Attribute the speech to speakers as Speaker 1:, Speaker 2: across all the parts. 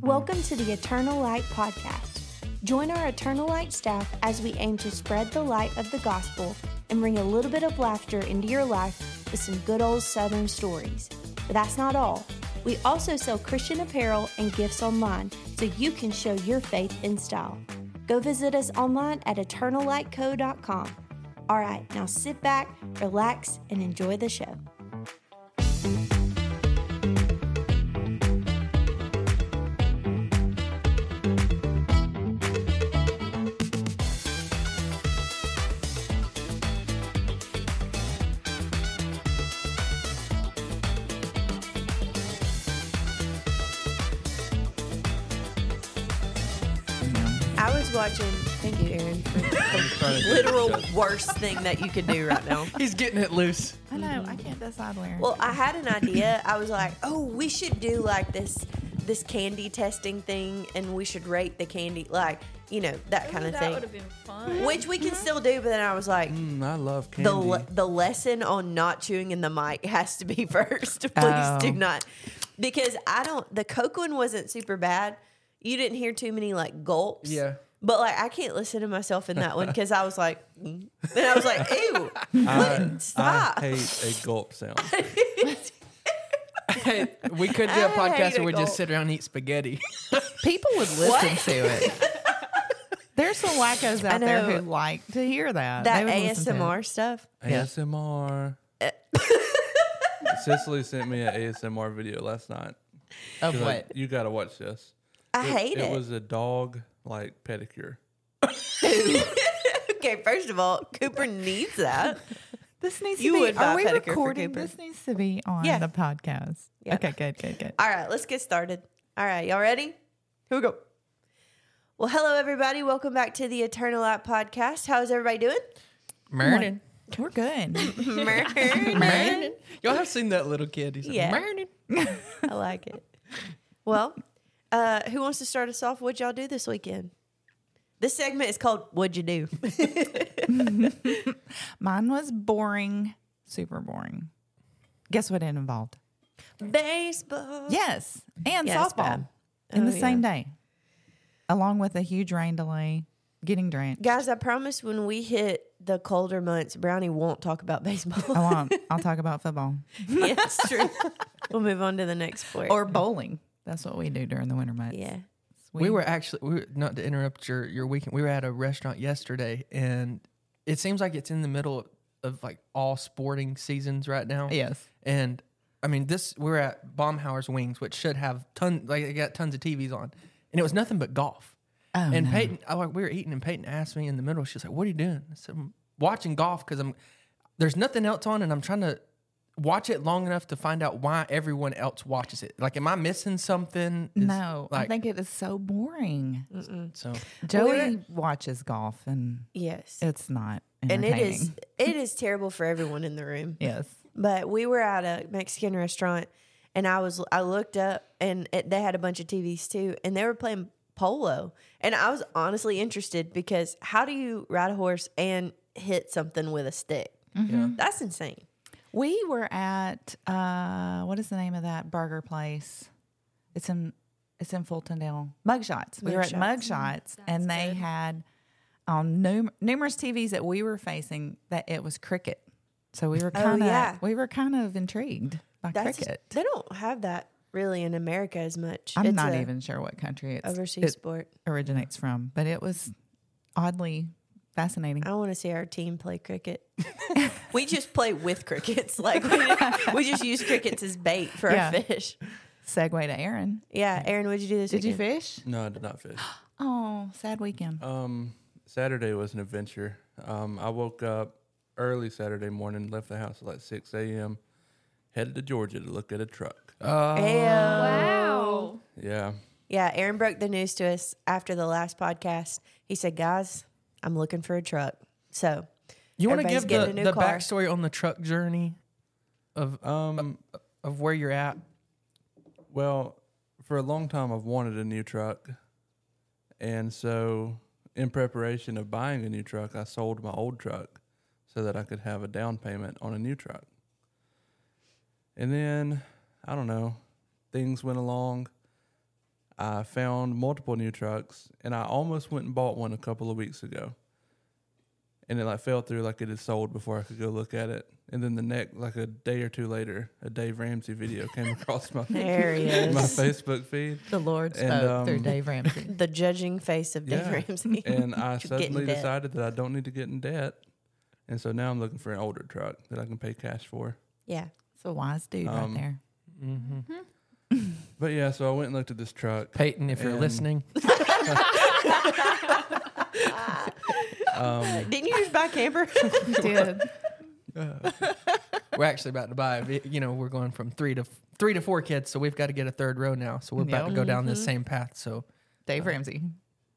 Speaker 1: Welcome to the Eternal Light Podcast. Join our Eternal Light staff as we aim to spread the light of the gospel and bring a little bit of laughter into your life with some good old Southern stories. But that's not all. We also sell Christian apparel and gifts online so you can show your faith in style. Go visit us online at eternallightco.com. All right, now sit back, relax, and enjoy the show.
Speaker 2: I was watching. Thank you, Aaron. For the literal worst thing that you could do right now.
Speaker 3: He's getting it loose.
Speaker 4: I know. I can't decide where.
Speaker 2: Well, I had an idea. I was like, oh, we should do like this this candy testing thing, and we should rate the candy, like you know that kind of
Speaker 4: that would have
Speaker 2: thing.
Speaker 4: been fun. Mm-hmm.
Speaker 2: Which we can still do, but then I was like,
Speaker 3: Mm, I love candy.
Speaker 2: the le- the lesson on not chewing in the mic has to be first. Please do
Speaker 3: Oh.
Speaker 2: not, because I don't. The Coke one wasn't super bad. You didn't hear too many like gulps.
Speaker 3: Yeah.
Speaker 2: But like I can't listen to myself in that one because I was like, mm. and I was like, ew, what? stop.
Speaker 3: I hate a gulp sound. hey, we could do a
Speaker 2: I
Speaker 3: podcast
Speaker 2: hate a
Speaker 3: where we
Speaker 2: gulp.
Speaker 3: just sit around and eat spaghetti.
Speaker 4: people would listen
Speaker 2: What?
Speaker 4: to it. There's some wackos out there who like to hear that.
Speaker 2: that
Speaker 4: They would listen to it.
Speaker 2: ASMR stuff.
Speaker 3: ASMR. Cicely sent me an ASMR video last night.
Speaker 4: of
Speaker 3: She's like,
Speaker 4: what?
Speaker 3: you gotta watch this.
Speaker 2: I hate it.
Speaker 3: It was a dog like pedicure.
Speaker 2: okay, first of all, Cooper needs that.
Speaker 4: This needs
Speaker 2: You
Speaker 4: to be.
Speaker 2: would buy
Speaker 4: are we
Speaker 2: pedicure for
Speaker 4: recording?
Speaker 2: Cooper.
Speaker 4: This needs to be on
Speaker 2: Yeah.
Speaker 4: the podcast.
Speaker 2: Yeah.
Speaker 4: Okay, good, good, good.
Speaker 2: All right, let's get started. All right, y'all ready? Here we go. Well, hello everybody. Welcome back to the Eternal Light Podcast. How's everybody doing?
Speaker 3: Murning.
Speaker 4: We're good.
Speaker 2: Murder.
Speaker 3: Y'all have seen that little kid. He's like,
Speaker 2: Yeah.
Speaker 3: "Murning."
Speaker 2: I like it. Well, uh, who wants to start us off? What'd y'all do this weekend? This segment is called "What'd You Do."
Speaker 4: Mine was boring, super boring. Guess what it involved?
Speaker 2: Baseball.
Speaker 4: Yes, and
Speaker 2: Yeah, it's bad.
Speaker 4: softball in
Speaker 2: Oh,
Speaker 4: the same day, along with a huge rain delay, getting drenched.
Speaker 2: Guys, I promise when we hit the colder months, Brownie won't talk about
Speaker 4: I
Speaker 2: baseball.
Speaker 4: won't. I'll talk about football
Speaker 2: yeah, it's true. we'll move on to the next sport.
Speaker 4: or bowling. That's what we do during the winter months.
Speaker 2: yeah.
Speaker 3: We were actually we were, not to interrupt your your weekend. We were at a restaurant yesterday, and it seems like it's in the middle of like all sporting seasons right now.
Speaker 4: Yes.
Speaker 3: and I mean this. We were at Baumhauer's Wings, which should have ton like they got tons of TVs on, and it was nothing but golf.
Speaker 4: Oh,
Speaker 3: and
Speaker 4: no.
Speaker 3: Peyton, I, like we were eating, and Peyton asked me in the middle. She's like, "What are you doing?" I said, "I'm watching golf because I'm there's nothing else on, and I'm trying to." Watch it long enough to find out why everyone else watches it. Like, am I missing something? Is-
Speaker 4: No, I
Speaker 3: like,
Speaker 4: think it is so boring.
Speaker 3: so.
Speaker 4: Joey watches golf, and
Speaker 2: Yes.
Speaker 4: it's not.
Speaker 2: and it is
Speaker 4: entertaining.
Speaker 2: it is terrible for everyone in the room.
Speaker 4: Yes.
Speaker 2: But we were at a Mexican restaurant, and I was I looked up, and it, they had a bunch of TVs too, and they were playing polo, and I was honestly interested because how do you ride a horse and hit something with a stick?
Speaker 4: Mm-hmm.
Speaker 2: That's insane.
Speaker 4: We were at uh, what is the name of that burger place? It's in it's in Fultondale. Mugshots. We were at Mugshots, and they had on num- numerous TVs that we were facing that it was cricket. So we were kind of
Speaker 2: Oh, yeah.
Speaker 4: we were kind of intrigued by
Speaker 2: That's
Speaker 4: cricket.
Speaker 2: they don't have that really in America as much.
Speaker 4: I'm
Speaker 2: It's
Speaker 4: not
Speaker 2: a
Speaker 4: even sure what country it's,
Speaker 2: overseas
Speaker 4: it
Speaker 2: sport.
Speaker 4: originates from, but it was oddly fascinating.
Speaker 2: I want to see our team play cricket. we just play with crickets, like we, we just use crickets as bait for
Speaker 4: Yeah.
Speaker 2: our fish.
Speaker 4: Segue to Aaron.
Speaker 2: Yeah, Aaron, what'd you do this
Speaker 4: Did you
Speaker 2: weekend?
Speaker 4: fish?
Speaker 3: No, I did not fish.
Speaker 4: Oh, sad weekend.
Speaker 3: Um, Saturday was an adventure. Um, I woke up early Saturday morning, left the house at like 6 a.m., headed to Georgia to look at a truck.
Speaker 2: Uh. Ew.
Speaker 5: Wow.
Speaker 3: Yeah.
Speaker 2: Yeah, Aaron broke the news to us after the last podcast. He said, "Guys, I'm looking for a truck." So,
Speaker 3: You want to
Speaker 2: Everybody's
Speaker 3: give the,
Speaker 2: getting a new
Speaker 3: the
Speaker 2: car.
Speaker 3: backstory on the truck journey of
Speaker 6: Um,
Speaker 3: of where you're at?
Speaker 6: well, for a long time I've wanted a new truck. And so in preparation of buying a new truck, I sold my old truck so that I could have a down payment on a new truck. And then I don't know, things went along. I found multiple new trucks, and I almost went and bought one a couple of weeks ago. And it like fell through, like it had sold before I could go look at it. And then the next, like a day or two later, a Dave Ramsey video came across my
Speaker 2: There he
Speaker 6: my
Speaker 2: is.
Speaker 6: Facebook feed,
Speaker 5: The Lord spoke
Speaker 6: And,
Speaker 5: through
Speaker 6: um,
Speaker 5: Dave Ramsey.
Speaker 2: the judging face of
Speaker 6: Yeah.
Speaker 2: Dave Ramsey.
Speaker 6: and I
Speaker 2: Should get in
Speaker 6: suddenly
Speaker 2: debt.
Speaker 6: decided that I don't need to get in debt. And so now I'm looking for an older truck that I can pay cash for.
Speaker 2: yeah.
Speaker 4: It's a wise dude
Speaker 6: Um,
Speaker 4: right there.
Speaker 6: Mm-hmm.
Speaker 3: hmm
Speaker 6: But yeah, so I went and looked at this truck.
Speaker 3: Peyton, if you're
Speaker 6: And-
Speaker 3: listening,
Speaker 6: Um,
Speaker 2: Didn't you just buy a camper?
Speaker 4: He did.
Speaker 3: we're actually about to buy. a ve- You know, we're going from three to three to four kids, so we've got to get a third row now. So we're about to
Speaker 4: Yeah.
Speaker 3: go down
Speaker 6: Mm-hmm.
Speaker 3: this same path. So
Speaker 4: Dave Ramsey.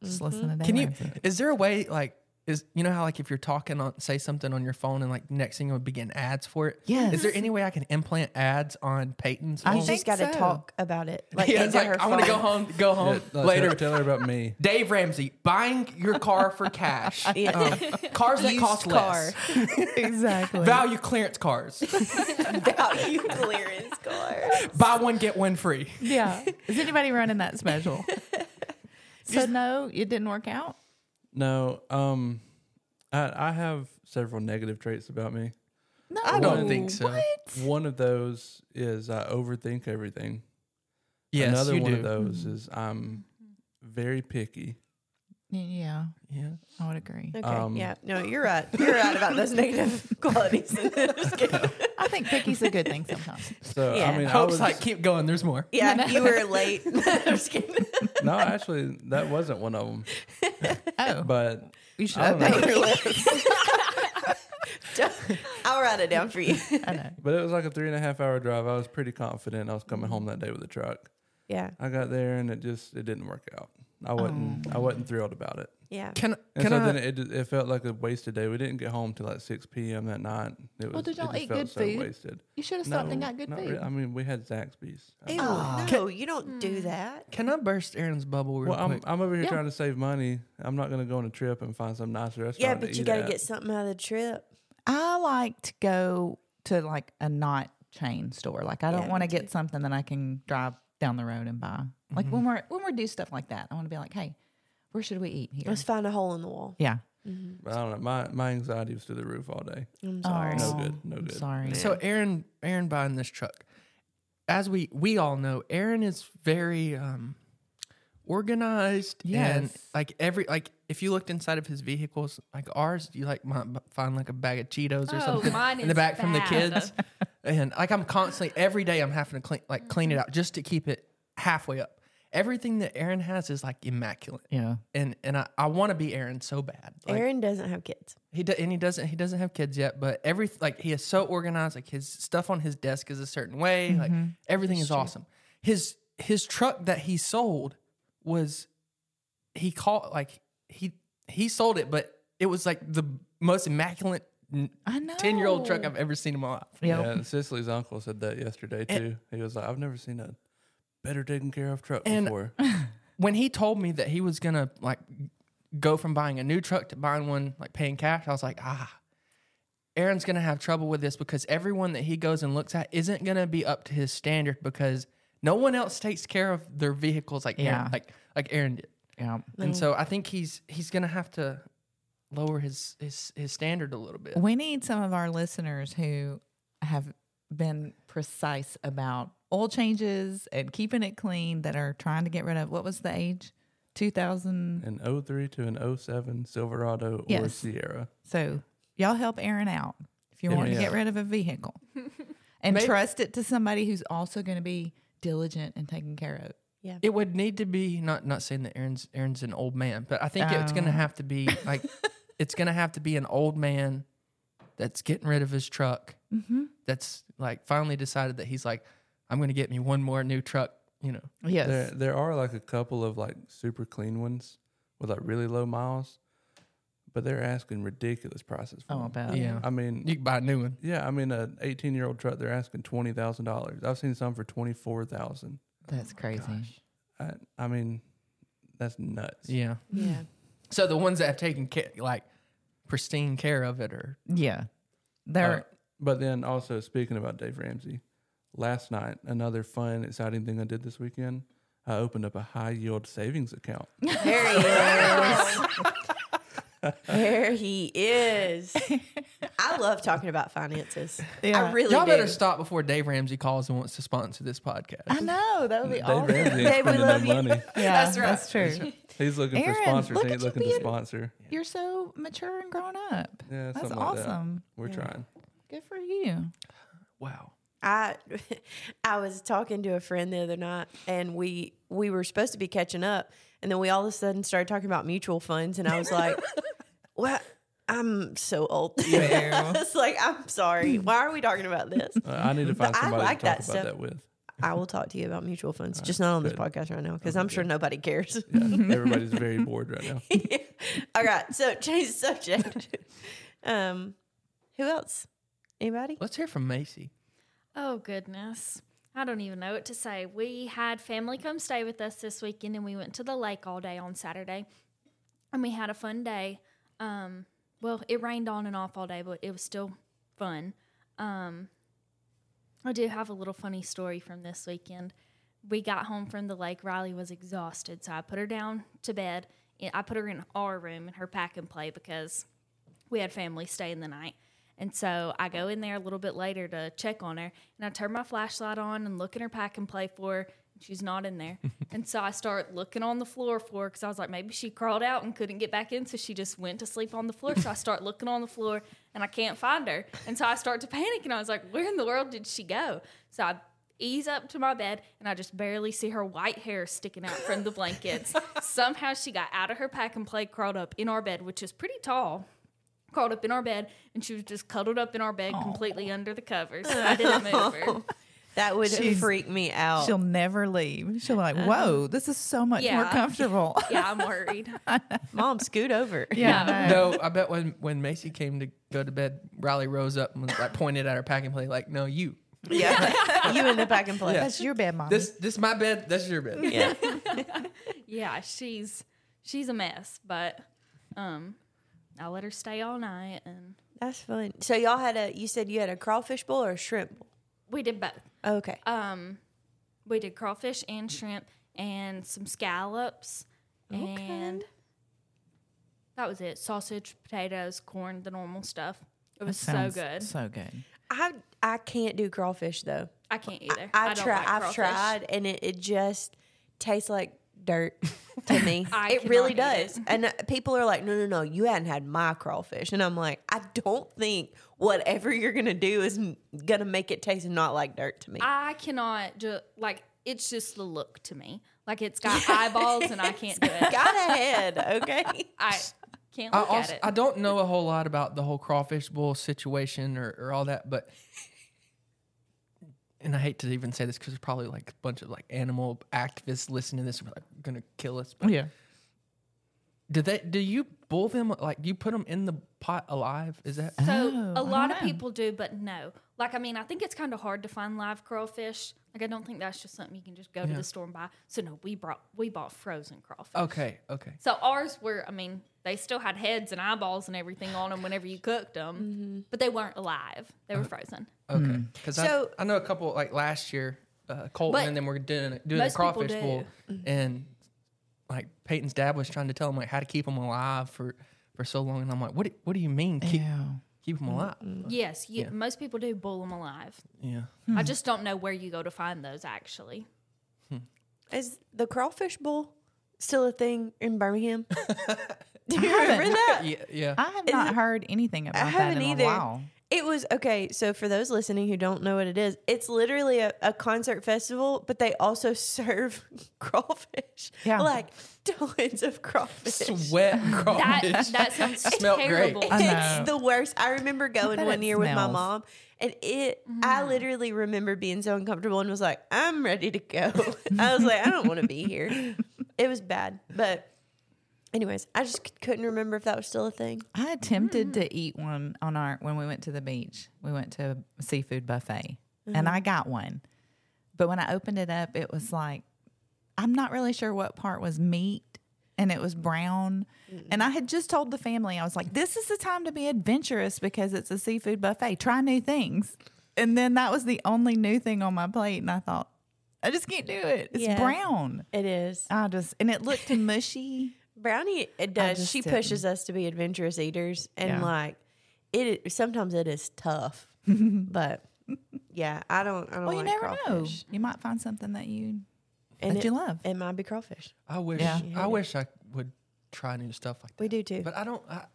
Speaker 4: Just listen to Dave
Speaker 3: can you?
Speaker 4: Ramsey.
Speaker 3: Is there a way like? Is you know how like if you're talking on say something on your phone and like next thing you would begin ads for it.
Speaker 4: Yes.
Speaker 3: Is there any way I can implant ads on Peyton's?
Speaker 4: I
Speaker 3: phone?
Speaker 2: You just
Speaker 4: think
Speaker 2: got to
Speaker 4: so.
Speaker 2: talk about it. Like,
Speaker 3: yeah, it's
Speaker 2: into
Speaker 3: like
Speaker 2: her
Speaker 3: I want to go
Speaker 2: phone.
Speaker 3: home. Go home
Speaker 6: yeah,
Speaker 3: later.
Speaker 6: uh, Tell, tell her about me.
Speaker 3: Dave Ramsey buying your car for cash.
Speaker 2: Yeah.
Speaker 3: Um, cars that
Speaker 2: Used
Speaker 3: cost less.
Speaker 4: exactly.
Speaker 3: Value clearance cars.
Speaker 2: Value clearance car.
Speaker 3: Buy one get one free.
Speaker 4: Yeah. Is anybody running that special? so no, it didn't work out.
Speaker 6: No, um, I, I have several negative traits about me.
Speaker 4: No,
Speaker 3: I don't think so.
Speaker 6: One of those is I overthink everything.
Speaker 3: Yes,
Speaker 6: Another
Speaker 3: you
Speaker 6: one
Speaker 3: do. Mm-hmm.
Speaker 6: of those is I'm very picky.
Speaker 4: Yeah,
Speaker 3: Yeah.
Speaker 4: I would agree.
Speaker 2: Okay.
Speaker 6: Um,
Speaker 2: yeah. No, you're right. You're right about those negative qualities. Just kidding.
Speaker 4: I think picky's a good thing sometimes.
Speaker 6: So
Speaker 2: Yeah.
Speaker 6: I mean, I
Speaker 3: Hope's
Speaker 6: was
Speaker 3: like, keep going. There's more.
Speaker 2: yeah. You were late. I'm just kidding.
Speaker 6: no, actually, that wasn't one of them.
Speaker 4: Oh,
Speaker 6: But
Speaker 4: you should
Speaker 6: I don't
Speaker 4: update.
Speaker 6: know.
Speaker 2: I'll write it down for you.
Speaker 4: I know.
Speaker 6: but it was like a three and a half hour drive. I was pretty confident I was coming home that day with a truck.
Speaker 2: Yeah.
Speaker 6: I got there and it just it didn't work out. I
Speaker 4: Oh.
Speaker 6: wasn't I wasn't thrilled about it.
Speaker 2: Yeah.
Speaker 3: Can
Speaker 6: And
Speaker 3: can
Speaker 6: so
Speaker 3: I?
Speaker 6: then it it felt like a wasted day. We didn't get home till like six p.m. that night. It was,
Speaker 4: did
Speaker 6: it
Speaker 4: y'all
Speaker 6: just
Speaker 4: eat
Speaker 6: felt
Speaker 4: good
Speaker 6: so
Speaker 4: food?
Speaker 6: Wasted.
Speaker 4: You should have stopped and got good
Speaker 6: not
Speaker 4: food.
Speaker 6: really. I mean, we had Zaxby's. I-
Speaker 2: Ew, no, you don't do that.
Speaker 3: can I burst Aaron's bubble real
Speaker 6: Well, I'm,
Speaker 3: quick?
Speaker 6: I'm over here
Speaker 4: Yeah.
Speaker 6: trying to save money. I'm not going to go on a trip and find some nice restaurant.
Speaker 2: Yeah,
Speaker 6: to
Speaker 2: but you
Speaker 6: eat
Speaker 2: got to
Speaker 6: at.
Speaker 2: get something out of the trip.
Speaker 4: I like to go to like a not chain store. Like I don't
Speaker 2: Yeah,
Speaker 4: want to
Speaker 2: me
Speaker 4: get something that I can drive down the road and buy. Like when
Speaker 2: Mm-hmm.
Speaker 4: we're when we do stuff like that, I want to be like, hey, where should we eat here?
Speaker 2: Let's find a hole in the wall.
Speaker 4: Yeah.
Speaker 6: But I don't know. My my anxiety was through the roof all day.
Speaker 2: I'm sorry.
Speaker 6: No
Speaker 4: Oh,
Speaker 6: good, no
Speaker 4: I'm
Speaker 6: good.
Speaker 4: Sorry.
Speaker 3: so Aaron Aaron buying this truck. As we we all know, Aaron is very um organized and
Speaker 4: Yes.
Speaker 3: like every like if you looked inside of his vehicles like ours you like might b- find like a bag of cheetos or
Speaker 7: Oh,
Speaker 3: something
Speaker 7: mine
Speaker 3: in the
Speaker 7: is
Speaker 3: back from the
Speaker 7: bad.
Speaker 3: kids and like i'm constantly every day i'm having to clean like clean
Speaker 7: Mm-hmm.
Speaker 3: it out just to keep it halfway up everything that aaron has is like immaculate
Speaker 4: yeah.
Speaker 3: and and i, I want to be aaron so bad like,
Speaker 2: Aaron doesn't have kids.
Speaker 3: he do, and he doesn't he doesn't have kids yet, but every like he is so organized. Like his stuff on his desk is a certain way. Like everything is awesome. His his truck that he sold was he called like he he sold it, but it was like the most immaculate
Speaker 4: I know.
Speaker 3: ten year old truck
Speaker 4: Oh.
Speaker 3: I've ever seen in my life.
Speaker 4: Yep.
Speaker 6: Yeah, and Cicely's uncle said that yesterday too. he was like, "I've never seen a better taken care of truck
Speaker 3: And-
Speaker 6: before."
Speaker 3: When he told me that he was gonna like go from buying a new truck to buying one like paying cash, I was like ah. Aaron's gonna have trouble with this because everyone that he goes and looks at isn't gonna be up to his standard because no one else takes care of their vehicles like
Speaker 4: Yeah.
Speaker 3: Aaron, like like Aaron did.
Speaker 4: Yeah.
Speaker 3: And so I think he's he's gonna have to lower his his his standard a little bit.
Speaker 4: We need some of our listeners who have been precise about oil changes and keeping it clean that are trying to get rid of what was the age? 2000.
Speaker 6: an 03 to an 07 Silverado or
Speaker 4: Yes.
Speaker 6: Sierra.
Speaker 4: So y'all help Aaron out if you want to
Speaker 6: Yeah.
Speaker 4: get rid of a vehicle and trust it to somebody who's also going to be diligent and taking care of it.
Speaker 3: It would need to be not not saying that Aaron's Aaron's an old man, but I think it's gonna have to be like it's gonna have to be an old man that's getting rid of his truck. That's like finally decided that he's like, I'm gonna get me one more new truck. You know,
Speaker 4: Yes.
Speaker 6: There, there are like a couple of like super clean ones with like really low miles, but they're asking ridiculous prices for
Speaker 4: Oh, I
Speaker 6: them.
Speaker 4: bet.
Speaker 3: Yeah.
Speaker 6: I mean,
Speaker 3: you can buy a new one.
Speaker 6: yeah, I mean, an 18 year old truck, they're asking $20,000. I've seen some for 24000
Speaker 4: That's crazy.
Speaker 6: I, I mean, that's nuts.
Speaker 3: Yeah.
Speaker 2: Yeah.
Speaker 3: So the ones that have taken care, like pristine care of it, or
Speaker 4: Yeah.
Speaker 6: Uh,
Speaker 4: There.
Speaker 6: but then also speaking about Dave Ramsey, last night another fun, exciting thing I did this weekend. I opened up a high yield savings account.
Speaker 2: There he is. there he is. I love talking about finances. I
Speaker 4: Yeah.
Speaker 2: really
Speaker 3: Y'all
Speaker 2: do.
Speaker 3: better stop before Dave Ramsey calls and wants to sponsor this podcast.
Speaker 4: I know that would be
Speaker 6: Dave
Speaker 4: awesome.
Speaker 6: Ramsey
Speaker 2: Dave,
Speaker 6: ain't
Speaker 2: we
Speaker 6: spending no
Speaker 2: love you.
Speaker 6: money.
Speaker 4: Yeah,
Speaker 3: That's right.
Speaker 4: That's true.
Speaker 6: He's looking for
Speaker 4: Aaron,
Speaker 6: sponsors.
Speaker 4: look
Speaker 6: he
Speaker 4: at
Speaker 6: ain't
Speaker 4: you
Speaker 6: looking to
Speaker 4: being-
Speaker 6: sponsor.
Speaker 4: You're so mature and grown up.
Speaker 6: Yeah,
Speaker 4: that's
Speaker 6: something like that.
Speaker 4: awesome.
Speaker 6: We're trying.
Speaker 4: Good for you.
Speaker 3: Wow.
Speaker 2: I I was talking to a friend the other night and we we were supposed to be catching up and then we all of a sudden started talking about mutual funds and I was like, "What? I'm so old." I was like, "I'm sorry. Why are we talking about this?"
Speaker 6: Uh, I need to find
Speaker 2: I
Speaker 6: somebody
Speaker 2: like
Speaker 6: to talk
Speaker 2: that
Speaker 6: about
Speaker 2: stuff.
Speaker 6: that with.
Speaker 2: I will talk to you about mutual funds, just not on this
Speaker 6: good.
Speaker 2: podcast right now because I'm sure nobody cares.
Speaker 6: Yeah, everybody's very bored right now.
Speaker 2: all right, so change the subject. um, who else? Anybody?
Speaker 3: Let's hear from Macy.
Speaker 5: Oh, goodness. I don't even know what to say. We had family come stay with us this weekend and we went to the lake all day on Saturday. And we had a fun day. Um, well, it rained on and off all day, but it was still fun. Um, I do have a little funny story from this weekend. We got home from the lake. Riley was exhausted, so I put her down to bed. and I put her in our room in her pack and play because we had family staying the night. And so I go in there a little bit later to check on her, and I turn my flashlight on and look in her pack and play for her. and She's not in there. and so I start looking on the floor for her because I was like, maybe she crawled out and couldn't get back in. So she just went to sleep on the floor. So I start looking on the floor and I can't find her. And so I start to panic and I was like, where in the world did she go? So I ease up to my bed and I just barely see her white hair sticking out from the blankets. Somehow she got out of her pack and play, crawled up in our bed, which is pretty tall crawled up in our bed and she was just cuddled up in our bed completely under the covers. I didn't move her.
Speaker 2: That would
Speaker 4: She's-
Speaker 2: freak me out.
Speaker 4: She'll never leave. She'll be like, "Whoa, this is so much more
Speaker 5: yeah.
Speaker 4: comfortable."
Speaker 5: Yeah, I'm worried.
Speaker 2: Mom, scoot over.
Speaker 4: yeah, I know.
Speaker 3: No, I bet when, when Macy came to go to bed, Riley rose up and was, like pointed at her pack and play like, "No, you.
Speaker 2: Yeah. you in the pack and play.
Speaker 4: that's your bad mom.
Speaker 3: This this my bed. That's your bed."
Speaker 2: Yeah.
Speaker 5: Yeah, she's she's a mess, but um I let her stay all night and
Speaker 2: That's fun. So y'all had a you said you had a crawfish bowl or a shrimp bowl.
Speaker 5: we did both.
Speaker 2: Okay.
Speaker 5: Um we did crawfish and shrimp and some scallops and that was it. Sausage, potatoes, corn, the normal stuff. It was so
Speaker 4: Sounds
Speaker 5: good.
Speaker 4: So good.
Speaker 2: I I can't do crawfish though.
Speaker 5: I can't either.
Speaker 2: Eh, I,
Speaker 5: don't
Speaker 2: try
Speaker 5: like
Speaker 2: I've
Speaker 5: crawfish.
Speaker 2: tried and it, it just tastes like dirt to me.
Speaker 5: I
Speaker 2: it really
Speaker 5: cannot eat
Speaker 2: does. And uh, people are like, "No, no, no, you hadn't had my crawfish." And I'm like, "I don't think whatever you're going to do is n- going to make it taste not like dirt to me."
Speaker 5: I cannot just like it's just the look to me. Like it's got eyeballs and I can't do it.
Speaker 2: Got ahead, okay?
Speaker 5: I can't
Speaker 3: I
Speaker 5: look
Speaker 3: also
Speaker 5: at it.
Speaker 3: I don't know a whole lot about the whole crawfish bowl situation or, or all that, but and I hate to even say this because there's probably like a bunch of like animal activists listening to this and be like gonna kill us. But
Speaker 4: Yeah.
Speaker 3: do they do you boil them like you put them in the pot alive? Is that
Speaker 5: so
Speaker 4: Oh, I
Speaker 5: a lot
Speaker 4: don't
Speaker 5: of
Speaker 4: know.
Speaker 5: people do, but no. Like I mean, I think it's kind of hard to find live crawfish. Like I don't think that's just something you can just go to the store and buy. So no, we brought we bought frozen crawfish.
Speaker 3: okay? Okay.
Speaker 5: So ours were, I mean, they still had heads and eyeballs and everything on them whenever you cooked them, but they weren't alive. They were frozen.
Speaker 3: Okay,
Speaker 4: Hmm.
Speaker 3: because
Speaker 2: So-
Speaker 3: I, I know a couple like last year, uh, Colton
Speaker 5: But
Speaker 3: and then we're doing doing a
Speaker 5: most people
Speaker 3: crawfish
Speaker 5: do. Mm-hmm.
Speaker 3: bowl, and like Peyton's dad was trying to tell him like how to keep them alive for for so long, and I'm like, what do, what do you mean keep
Speaker 4: Ew.
Speaker 3: keep them alive?
Speaker 5: Yes, you, most people do boil them alive.
Speaker 3: Yeah,
Speaker 5: I just don't know where you go to find those actually.
Speaker 2: Is the crawfish bowl still a thing in Birmingham? Do you remember that?
Speaker 3: yeah, yeah.
Speaker 4: I have not heard anything about that in
Speaker 2: haven't
Speaker 4: a
Speaker 2: either.
Speaker 4: while.
Speaker 2: It was okay. So for those listening who don't know what it is, it's literally a, a concert festival, but they also serve crawfish,
Speaker 4: Yeah.
Speaker 2: like tons of crawfish.
Speaker 3: Sweat
Speaker 5: That
Speaker 3: crawfish.
Speaker 5: that sounds
Speaker 3: Smelt great.
Speaker 5: terrible.
Speaker 4: I know.
Speaker 2: It's the worst. I remember going
Speaker 4: bet
Speaker 2: one
Speaker 4: it
Speaker 2: year with my
Speaker 4: smells. Mm.
Speaker 2: mom, and it. I literally remember being so uncomfortable and was like, "I'm ready to go." I was like, "I don't want to be here." It was bad, but anyways, I just c- couldn't remember if that was still a thing.
Speaker 4: I attempted to eat one on our when we went to the beach. We went to a seafood buffet and I got one. But when I opened it up, it was like I'm not really sure what part was meat and it was brown. And I had just told the family I was like this is the time to be adventurous because it's a seafood buffet. Try new things. And then that was the only new thing on my plate and I thought I just can't do it. It's
Speaker 2: Yeah.
Speaker 4: brown.
Speaker 2: It is.
Speaker 4: I just and it looked mushy.
Speaker 2: Brownie it does.
Speaker 4: just
Speaker 2: She pushes us to be adventurous eaters and
Speaker 4: Yeah.
Speaker 2: like it sometimes it is tough. but yeah, I don't I don't
Speaker 4: Well, you
Speaker 2: like
Speaker 4: never
Speaker 2: crawfish.
Speaker 4: know. You might find something that you
Speaker 2: And
Speaker 4: that
Speaker 2: it-
Speaker 4: you love.
Speaker 2: It might be crawfish.
Speaker 3: I wish
Speaker 4: Yeah.
Speaker 3: I wish I would try new stuff like that.
Speaker 2: We do too.
Speaker 3: But I don't I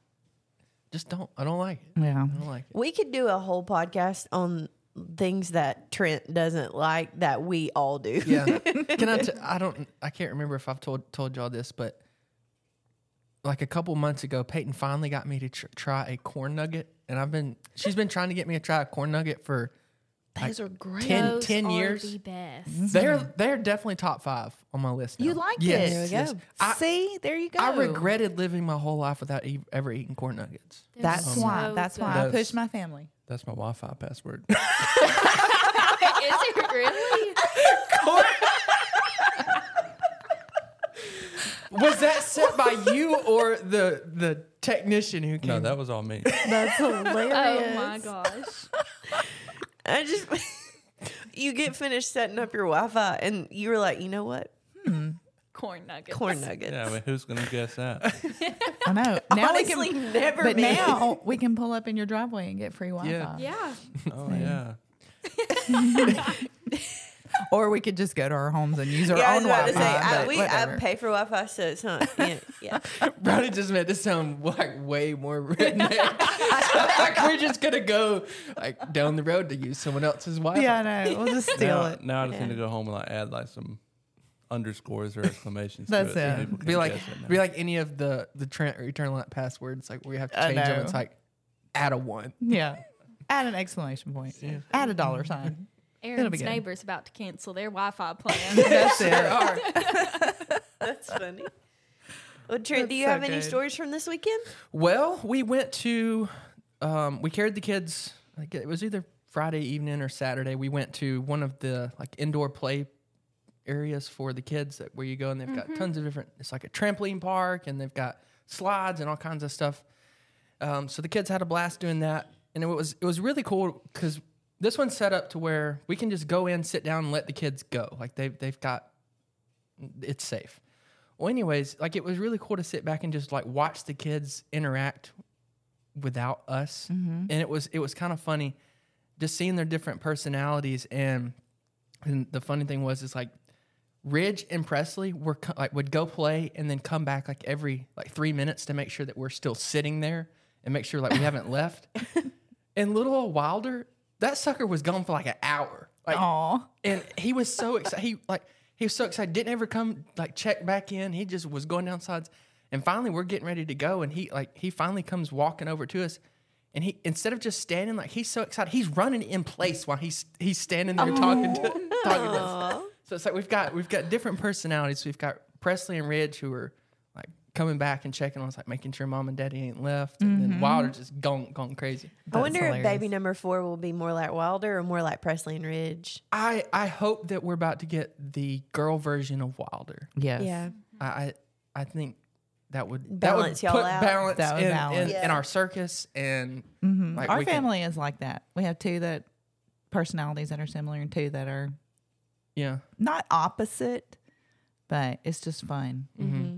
Speaker 3: just don't I don't like it.
Speaker 4: yeah.
Speaker 3: I don't like it.
Speaker 2: We could do a whole podcast on things that Trent doesn't like that we all do.
Speaker 3: Yeah. Can I? T- I don't. I can't remember if I've told told y'all this, but like a couple months ago, Peyton finally got me to tr- try a corn nugget, and I've been she's been trying to get me to try a corn nugget for
Speaker 2: Those are great.
Speaker 3: 10,
Speaker 5: Those
Speaker 3: 10
Speaker 5: are
Speaker 3: years.
Speaker 5: the best.
Speaker 3: They're they're definitely top five on my list.
Speaker 4: You
Speaker 3: now.
Speaker 4: like
Speaker 3: yes,
Speaker 4: it.
Speaker 3: yes. I,
Speaker 4: See, there you go.
Speaker 3: I regretted living my whole life without e- ever eating corn nuggets.
Speaker 5: They're
Speaker 4: That's
Speaker 5: so
Speaker 4: why. That's why I
Speaker 5: good.
Speaker 6: That's-
Speaker 4: pushed my family.
Speaker 6: That's my Wi-Fi password.
Speaker 5: Is it really?
Speaker 3: Was that set by you or the the technician who came?
Speaker 6: no, that was all me.
Speaker 2: That's hilarious.
Speaker 5: Oh my gosh.
Speaker 2: I just you get finished setting up your Wi-Fi, and you were like, you know what,
Speaker 5: Corn nuggets.
Speaker 2: corn nuggets.
Speaker 6: yeah, I mean, who's gonna guess that?
Speaker 4: I know. Now
Speaker 2: Honestly,
Speaker 4: we can,
Speaker 2: never.
Speaker 4: but
Speaker 2: me.
Speaker 4: now we can pull up in your driveway and get free Wi-Fi.
Speaker 5: Yeah.
Speaker 6: Oh yeah.
Speaker 4: Or we could just go to our homes and use our
Speaker 2: yeah, I
Speaker 4: own
Speaker 2: was about
Speaker 4: Wi-Fi.
Speaker 2: to say, I,
Speaker 4: but
Speaker 2: we, I
Speaker 4: whatever.
Speaker 2: pay for Wi-Fi, so it's not. Yeah, yeah.
Speaker 3: Brownie just meant to sound like way more redneck. like we're just gonna go like down the road to use someone else's Wi-Fi.
Speaker 4: yeah, I know. We'll just steal
Speaker 6: Now,
Speaker 4: it.
Speaker 6: now I just need to go home and like add like some underscores or exclamations.
Speaker 4: That's
Speaker 6: to it.
Speaker 4: it.
Speaker 6: So people
Speaker 3: Be
Speaker 6: can
Speaker 3: like,
Speaker 6: guess it now.
Speaker 3: be like any of the the Trent or Eternal Light passwords. Like we have to
Speaker 4: I
Speaker 3: change them.
Speaker 4: know.
Speaker 3: It's like add a one.
Speaker 4: Yeah. Add an exclamation point. Add a dollar sign. be
Speaker 5: Aaron's
Speaker 4: good.
Speaker 5: neighbor's about to cancel their Wi-Fi plan.
Speaker 4: That's it.
Speaker 2: That's funny. Well, Trent, do
Speaker 4: That's
Speaker 2: you
Speaker 4: so
Speaker 2: have any
Speaker 4: good.
Speaker 2: stories from this weekend?
Speaker 3: Well, we went to, um, we carried the kids. Like it was either Friday evening or Saturday. We went to one of the like indoor play areas for the kids that where you go and they've got tons of different. It's like a trampoline park and they've got slides and all kinds of stuff. Um, so the kids had a blast doing that, and it was it was really cool because this one's set up to where we can just go in, sit down, and let the kids go. Like they they've got it's safe. Well, anyways, like it was really cool to sit back and just like watch the kids interact without us, and it was it was kind of funny just seeing their different personalities. And and the funny thing was, is like Ridge and Presley were co- like would go play and then come back like every like three minutes to make sure that we're still sitting there and make sure like we haven't left. And little old Wilder, that sucker was gone for like an hour. Like
Speaker 4: Aw.
Speaker 3: and he was so excited. He like he was so excited. Didn't ever come like check back in. He just was going down sides. And finally, we're getting ready to go, and he like he finally comes walking over to us. And he instead of just standing like he's so excited, he's running in place while he's he's standing there talking to talking to us. So it's like we've got we've got different personalities. We've got Presley and Ridge who are like coming back and checking on us, like making sure mom and daddy ain't left. And then Wilder just gone gone crazy.
Speaker 2: I wonder
Speaker 4: hilarious.
Speaker 2: if baby number four will be more like Wilder or more like Presley and Ridge.
Speaker 3: I I hope that we're about to get the girl version of Wilder.
Speaker 4: Yes.
Speaker 2: Yeah.
Speaker 3: I I, I think that would
Speaker 2: Balance
Speaker 3: that
Speaker 2: y'all
Speaker 3: would put
Speaker 2: out.
Speaker 3: balance,
Speaker 4: That would
Speaker 3: in, In,
Speaker 4: balance.
Speaker 3: in our circus and like
Speaker 4: Mm-hmm. Our
Speaker 3: we can-
Speaker 4: family is like that. We have two that personalities that are similar and two that are
Speaker 3: yeah.
Speaker 4: not opposite, but it's just fun.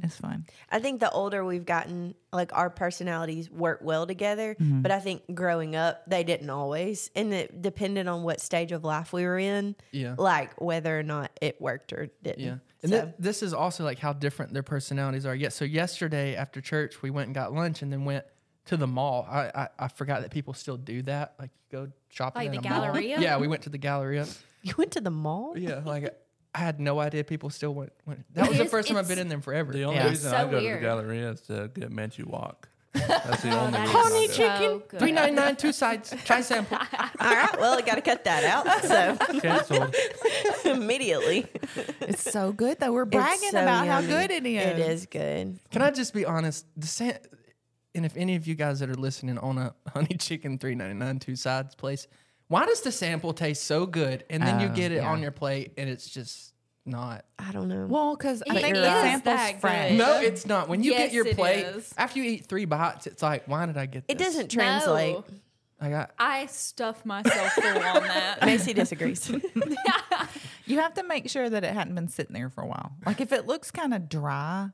Speaker 4: It's fun.
Speaker 2: I think the older we've gotten, like our personalities work well together.
Speaker 4: Mm-hmm.
Speaker 2: But I think growing up, they didn't always, and it depended on what stage of life we were in.
Speaker 3: Yeah.
Speaker 2: like whether or not it worked or didn't.
Speaker 3: Yeah. And
Speaker 2: Mm-hmm. So,
Speaker 3: thi- this is also like how different their personalities are. Yes. So yesterday after church, we went and got lunch and then went to the mall. I, I, I forgot that people still do that. Like you go shopping
Speaker 5: Like
Speaker 3: in
Speaker 5: the
Speaker 3: a mall.
Speaker 5: Galleria?
Speaker 3: Yeah. We went to the Galleria.
Speaker 2: you went to the mall.
Speaker 3: Yeah. Like I had no idea people still went. went. That was the
Speaker 5: is-
Speaker 3: first time I've
Speaker 5: it's-
Speaker 3: been in them forever.
Speaker 6: the only
Speaker 4: Yeah.
Speaker 6: reason
Speaker 5: So
Speaker 6: I go to
Speaker 5: weird.
Speaker 6: the galleria is to get Manchu Wok. That's the
Speaker 5: Oh,
Speaker 6: only
Speaker 5: that
Speaker 6: reason.
Speaker 5: is
Speaker 6: I
Speaker 5: so
Speaker 6: go.
Speaker 5: good.
Speaker 3: Three nine nine two sides try sample.
Speaker 2: All right. Well, I got to cut that out.
Speaker 6: Canceled.
Speaker 2: So immediately,
Speaker 4: It's so good though. We're bragging
Speaker 2: so
Speaker 4: about how
Speaker 2: yummy.
Speaker 4: good it is.
Speaker 2: it is good.
Speaker 3: Can I just be honest? The sa- and if any of you guys that are listening own a honey chicken three ninety nine two sides place, why does the sample taste so good and then you
Speaker 4: Oh,
Speaker 3: get it
Speaker 4: yeah.
Speaker 3: on your plate and it's just not?
Speaker 2: I don't know.
Speaker 4: Well, because I
Speaker 5: But
Speaker 4: think
Speaker 5: you're
Speaker 4: the
Speaker 5: right. That
Speaker 4: sample's
Speaker 5: good.
Speaker 4: fresh.
Speaker 3: No, it's not. When you
Speaker 5: Yes,
Speaker 3: get your
Speaker 5: it
Speaker 3: plate
Speaker 5: is.
Speaker 3: after you eat three bites, it's like, why did I get?
Speaker 2: it
Speaker 3: this?
Speaker 2: doesn't translate.
Speaker 5: No.
Speaker 3: I got.
Speaker 5: I stuff myself full on that.
Speaker 2: Macy disagrees.
Speaker 4: You have to make sure that it hadn't been sitting there for a while. Like if it looks kind of dry,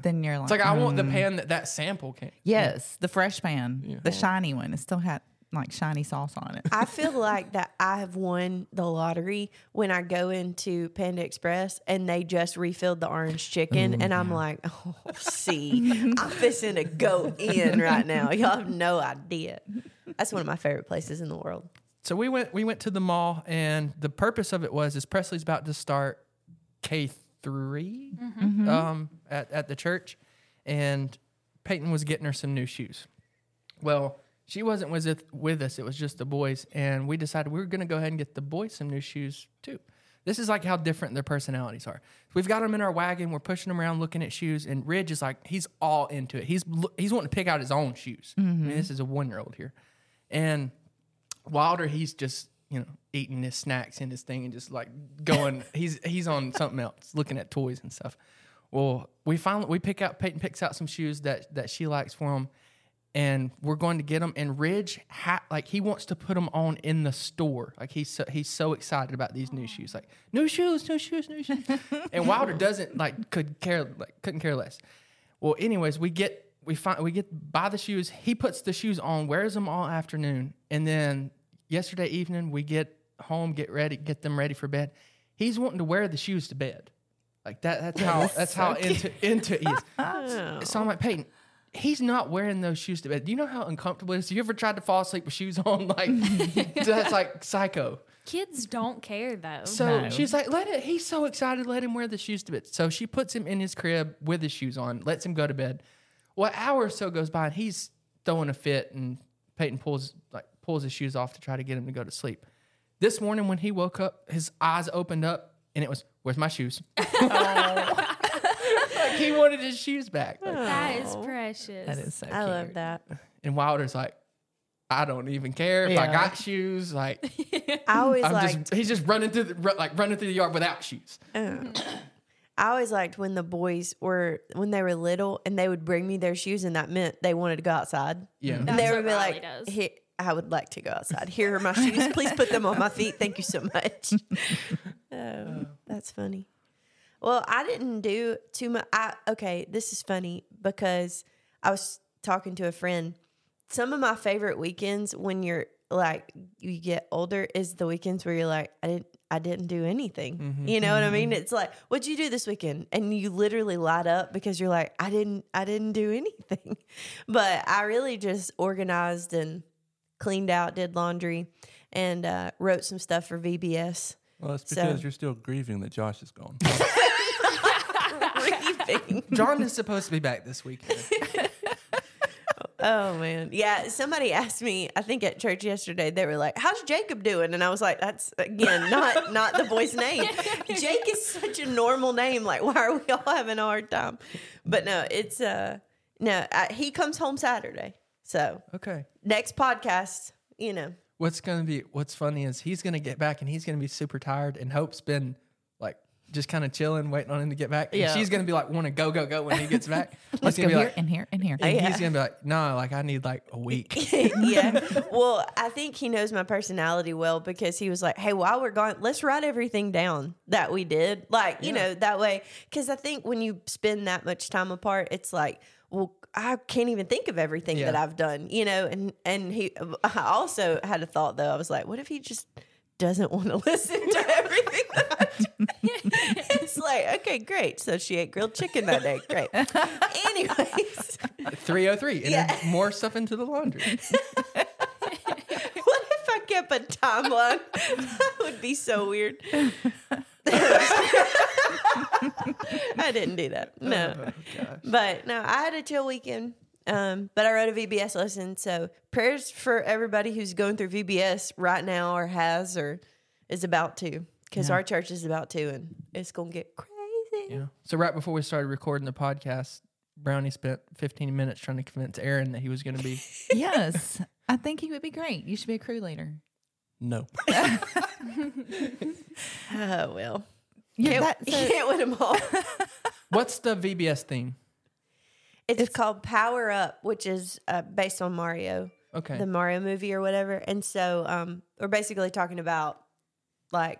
Speaker 4: then you're like,
Speaker 3: It's like I want the
Speaker 4: "Mm."
Speaker 3: pan that that sample came.
Speaker 4: Yes, the fresh pan,
Speaker 6: Yeah.
Speaker 4: the shiny one. It still had like shiny sauce on it.
Speaker 2: I feel like that I have won the lottery when I go into Panda Express and they just refilled the orange chicken, and I'm like, oh, see, I'm fixing to go in right now. Y'all have no idea. That's one of my favorite places in the world.
Speaker 3: So we went we went to the mall, and the purpose of it was is Presley's about to start K 3 um, at at the church, and Peyton was getting her some new shoes. Well, she wasn't was it with us; it was just the boys, and we decided we were going to go ahead and get the boys some new shoes too. This is like how different their personalities are. We've got them in our wagon. We're pushing them around, looking at shoes, and Ridge is like he's all into it. He's lo- he's wanting to pick out his own shoes. I mean, this is a one year old here, and Wilder, he's just you know eating his snacks and his thing and just like going. he's he's on something else, looking at toys and stuff. Well, we finally we pick out Peyton picks out some shoes that that she likes for him, and we're going to get them. And Ridge, ha- like he wants to put them on in the store. Like he's so, he's so excited about these new shoes. Like new shoes, new shoes, new shoes. and Wilder doesn't like could care like couldn't care less. Well, anyways, we get we find we get buy the shoes. He puts the shoes on, wears them all afternoon, and then yesterday evening we get home, get ready, get them ready for bed. He's wanting to wear the shoes to bed, like that. That's how that's how into into he is. So I'm like Peyton. He's not wearing those shoes to bed. Do you know how uncomfortable it is? You ever tried to fall asleep with shoes on? Like that's like psycho.
Speaker 5: Kids don't care though.
Speaker 3: So
Speaker 4: No.
Speaker 3: she's like, let it. He's so excited. Let him wear the shoes to bed. So she puts him in his crib with his shoes on, lets him go to bed. Well, an hour or so goes by, and he's throwing a fit, and Peyton pulls like pulls his shoes off to try to get him to go to sleep. This morning, when he woke up, his eyes opened up, and it was, "Where's my shoes?" like he wanted his shoes back. Like,
Speaker 5: that is precious.
Speaker 4: That is so
Speaker 2: I
Speaker 4: cute.
Speaker 2: love that.
Speaker 3: and Wilder's like, "I don't even care if I
Speaker 4: Yeah.
Speaker 3: got shoes." Like
Speaker 2: I always
Speaker 3: I'm
Speaker 2: liked.
Speaker 3: just, he's just running through the ru- like running through the yard without shoes.
Speaker 2: Mm.
Speaker 5: Mm.
Speaker 2: I always liked when the boys were when they were little and they would bring me their shoes, and that meant they wanted to go outside.
Speaker 3: Yeah.
Speaker 4: Hmm.
Speaker 2: and
Speaker 5: That's
Speaker 2: they
Speaker 5: what
Speaker 2: would be
Speaker 5: Riley
Speaker 2: like,
Speaker 5: does.
Speaker 2: "Here- "I would like to go outside. Here are my shoes. Please put them on my feet. Thank you so much." oh, that's funny. Well, I didn't do too much. I, okay, this is funny because I was talking to a friend. Some of my favorite weekends when you're like you get older is the weekends where you're like I didn't I didn't do anything. You know what I mean? It's like what'd you do this weekend? And you literally light up because you're like I didn't I didn't do anything. But I really just organized and cleaned out, did laundry, and uh, wrote some stuff for VBS.
Speaker 6: Well, that's
Speaker 2: So-
Speaker 6: because you're still grieving that Josh is gone.
Speaker 2: Reaping.
Speaker 3: John is supposed to be back this weekend.
Speaker 2: Oh man, yeah. Somebody asked me, I think at church yesterday, they were like, "How's Jacob doing?" And I was like, "That's again not not the boy's name. Jake is such a normal name. Like, why are we all having a hard time?" But no, it's uh no. I, he comes home Saturday, so
Speaker 3: Okay.
Speaker 2: next podcast, you know,
Speaker 3: What's gonna be what's funny is he's gonna get back and he's gonna be super tired and Hope's been like just kind of chilling, waiting on him to get back. And
Speaker 2: Yeah.
Speaker 3: she's gonna be like, wanna go, go, go when he gets back.
Speaker 4: Let's
Speaker 3: He's
Speaker 4: go
Speaker 3: gonna
Speaker 4: here
Speaker 3: be like,
Speaker 4: and here and here.
Speaker 3: and
Speaker 2: yeah.
Speaker 3: he's gonna be like, no, like I need like a week.
Speaker 2: yeah. Well, I think he knows my personality well because he was like, "Hey, while we're gone, let's write everything down that we did." Like, you know, that way cuz I think when you spend that much time apart, it's like, "Well, I can't even think of everything that
Speaker 3: Yeah.
Speaker 2: I've done." You know, and and he I also had a thought though. I was like, "What if he just doesn't want to listen to everything that I do?" It's like, "Okay, great. So she ate grilled chicken that day. Great." Anyways,
Speaker 3: 303. And then more stuff into the laundry.
Speaker 2: What if I kept a timeline? that would be so weird. I didn't do that.
Speaker 4: Oh,
Speaker 2: No. But no, I had a chill weekend. Um, but I wrote a VBS lesson. So prayers for everybody who's going through VBS right now or has or is about to. Because our church is about to and it's gonna get crazy.
Speaker 3: Yeah. So right before we started recording the podcast, Brownie spent 15 minutes trying to convince Aaron that he was gonna be
Speaker 4: yes, I think he would be great. You should be a crew leader.
Speaker 6: no.
Speaker 2: Oh well.
Speaker 4: Yeah,
Speaker 2: Can't,
Speaker 4: that's a-
Speaker 2: can't win them all.
Speaker 3: What's the VBS theme?
Speaker 2: It's, called Power Up, which is uh, based on Mario.
Speaker 3: Okay.
Speaker 2: the Mario movie or whatever. And so um, we're basically talking about like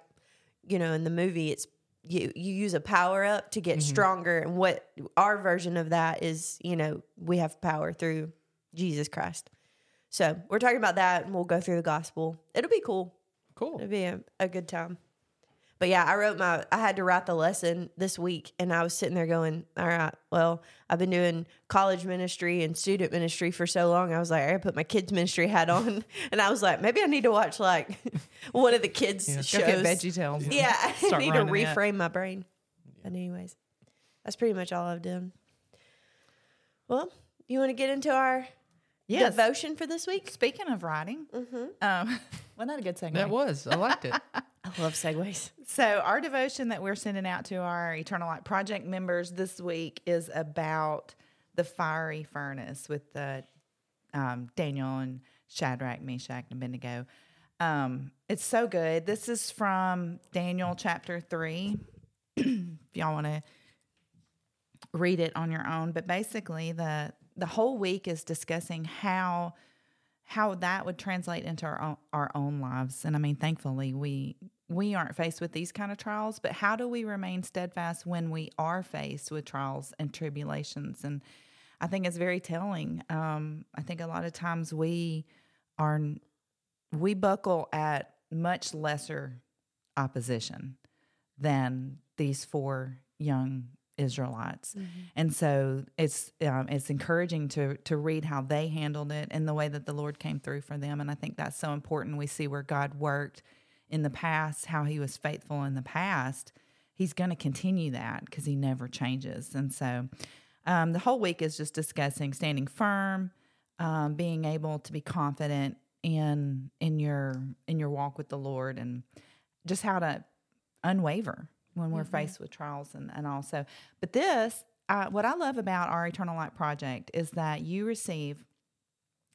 Speaker 2: you know in the movie it's you you use a power up to get stronger and what our version of that is you know we have power through Jesus Christ. So we're talking about that and we'll go through the gospel. It'll be cool.
Speaker 3: Cool.
Speaker 2: It'd be a, a good time. But yeah, I wrote my, I had to write the lesson this week and I was sitting there going, all right, well, I've been doing college ministry and student ministry for so long. I was like, I gotta put my kids' ministry hat on. And I was like, maybe I need to watch like one of the kids'
Speaker 4: Go
Speaker 2: shows.
Speaker 4: get veggie tales.
Speaker 2: Yeah, I
Speaker 4: Start
Speaker 2: need to
Speaker 4: running it.
Speaker 2: reframe my brain. But, anyways, that's pretty much all I've done. Well, you want to get into our
Speaker 4: Yes.
Speaker 2: devotion for this week?
Speaker 4: Speaking of writing, um, well, not a good segue.
Speaker 3: That was. I liked it.
Speaker 2: I love segues.
Speaker 4: So, our devotion that we're sending out to our Eternal Light Project members this week is about the fiery furnace with the um, Daniel and Shadrach, Meshach, and Abednego. Um, it's so good. This is from Daniel chapter 3. if y'all want to read it on your own, but basically, the the whole week is discussing how how that would translate into our own, our own lives. And I mean, thankfully, we we aren't faced with these kind of trials, but how do we remain steadfast when we are faced with trials and tribulations? And I think it's very telling. Um, I think a lot of times we are we buckle at much lesser opposition than these four young Israelites, and so it's um, it's encouraging to to read how they handled it and the way that the Lord came through for them, and I think that's so important. We see where God worked in the past, how He was faithful in the past. He's going to continue that because He never changes, and so um, the whole week is just discussing standing firm, um, being able to be confident in in your in your walk with the Lord, and just how to unwaver when we're faced with trials and, and also but this uh, what i love about our eternal light project is that you receive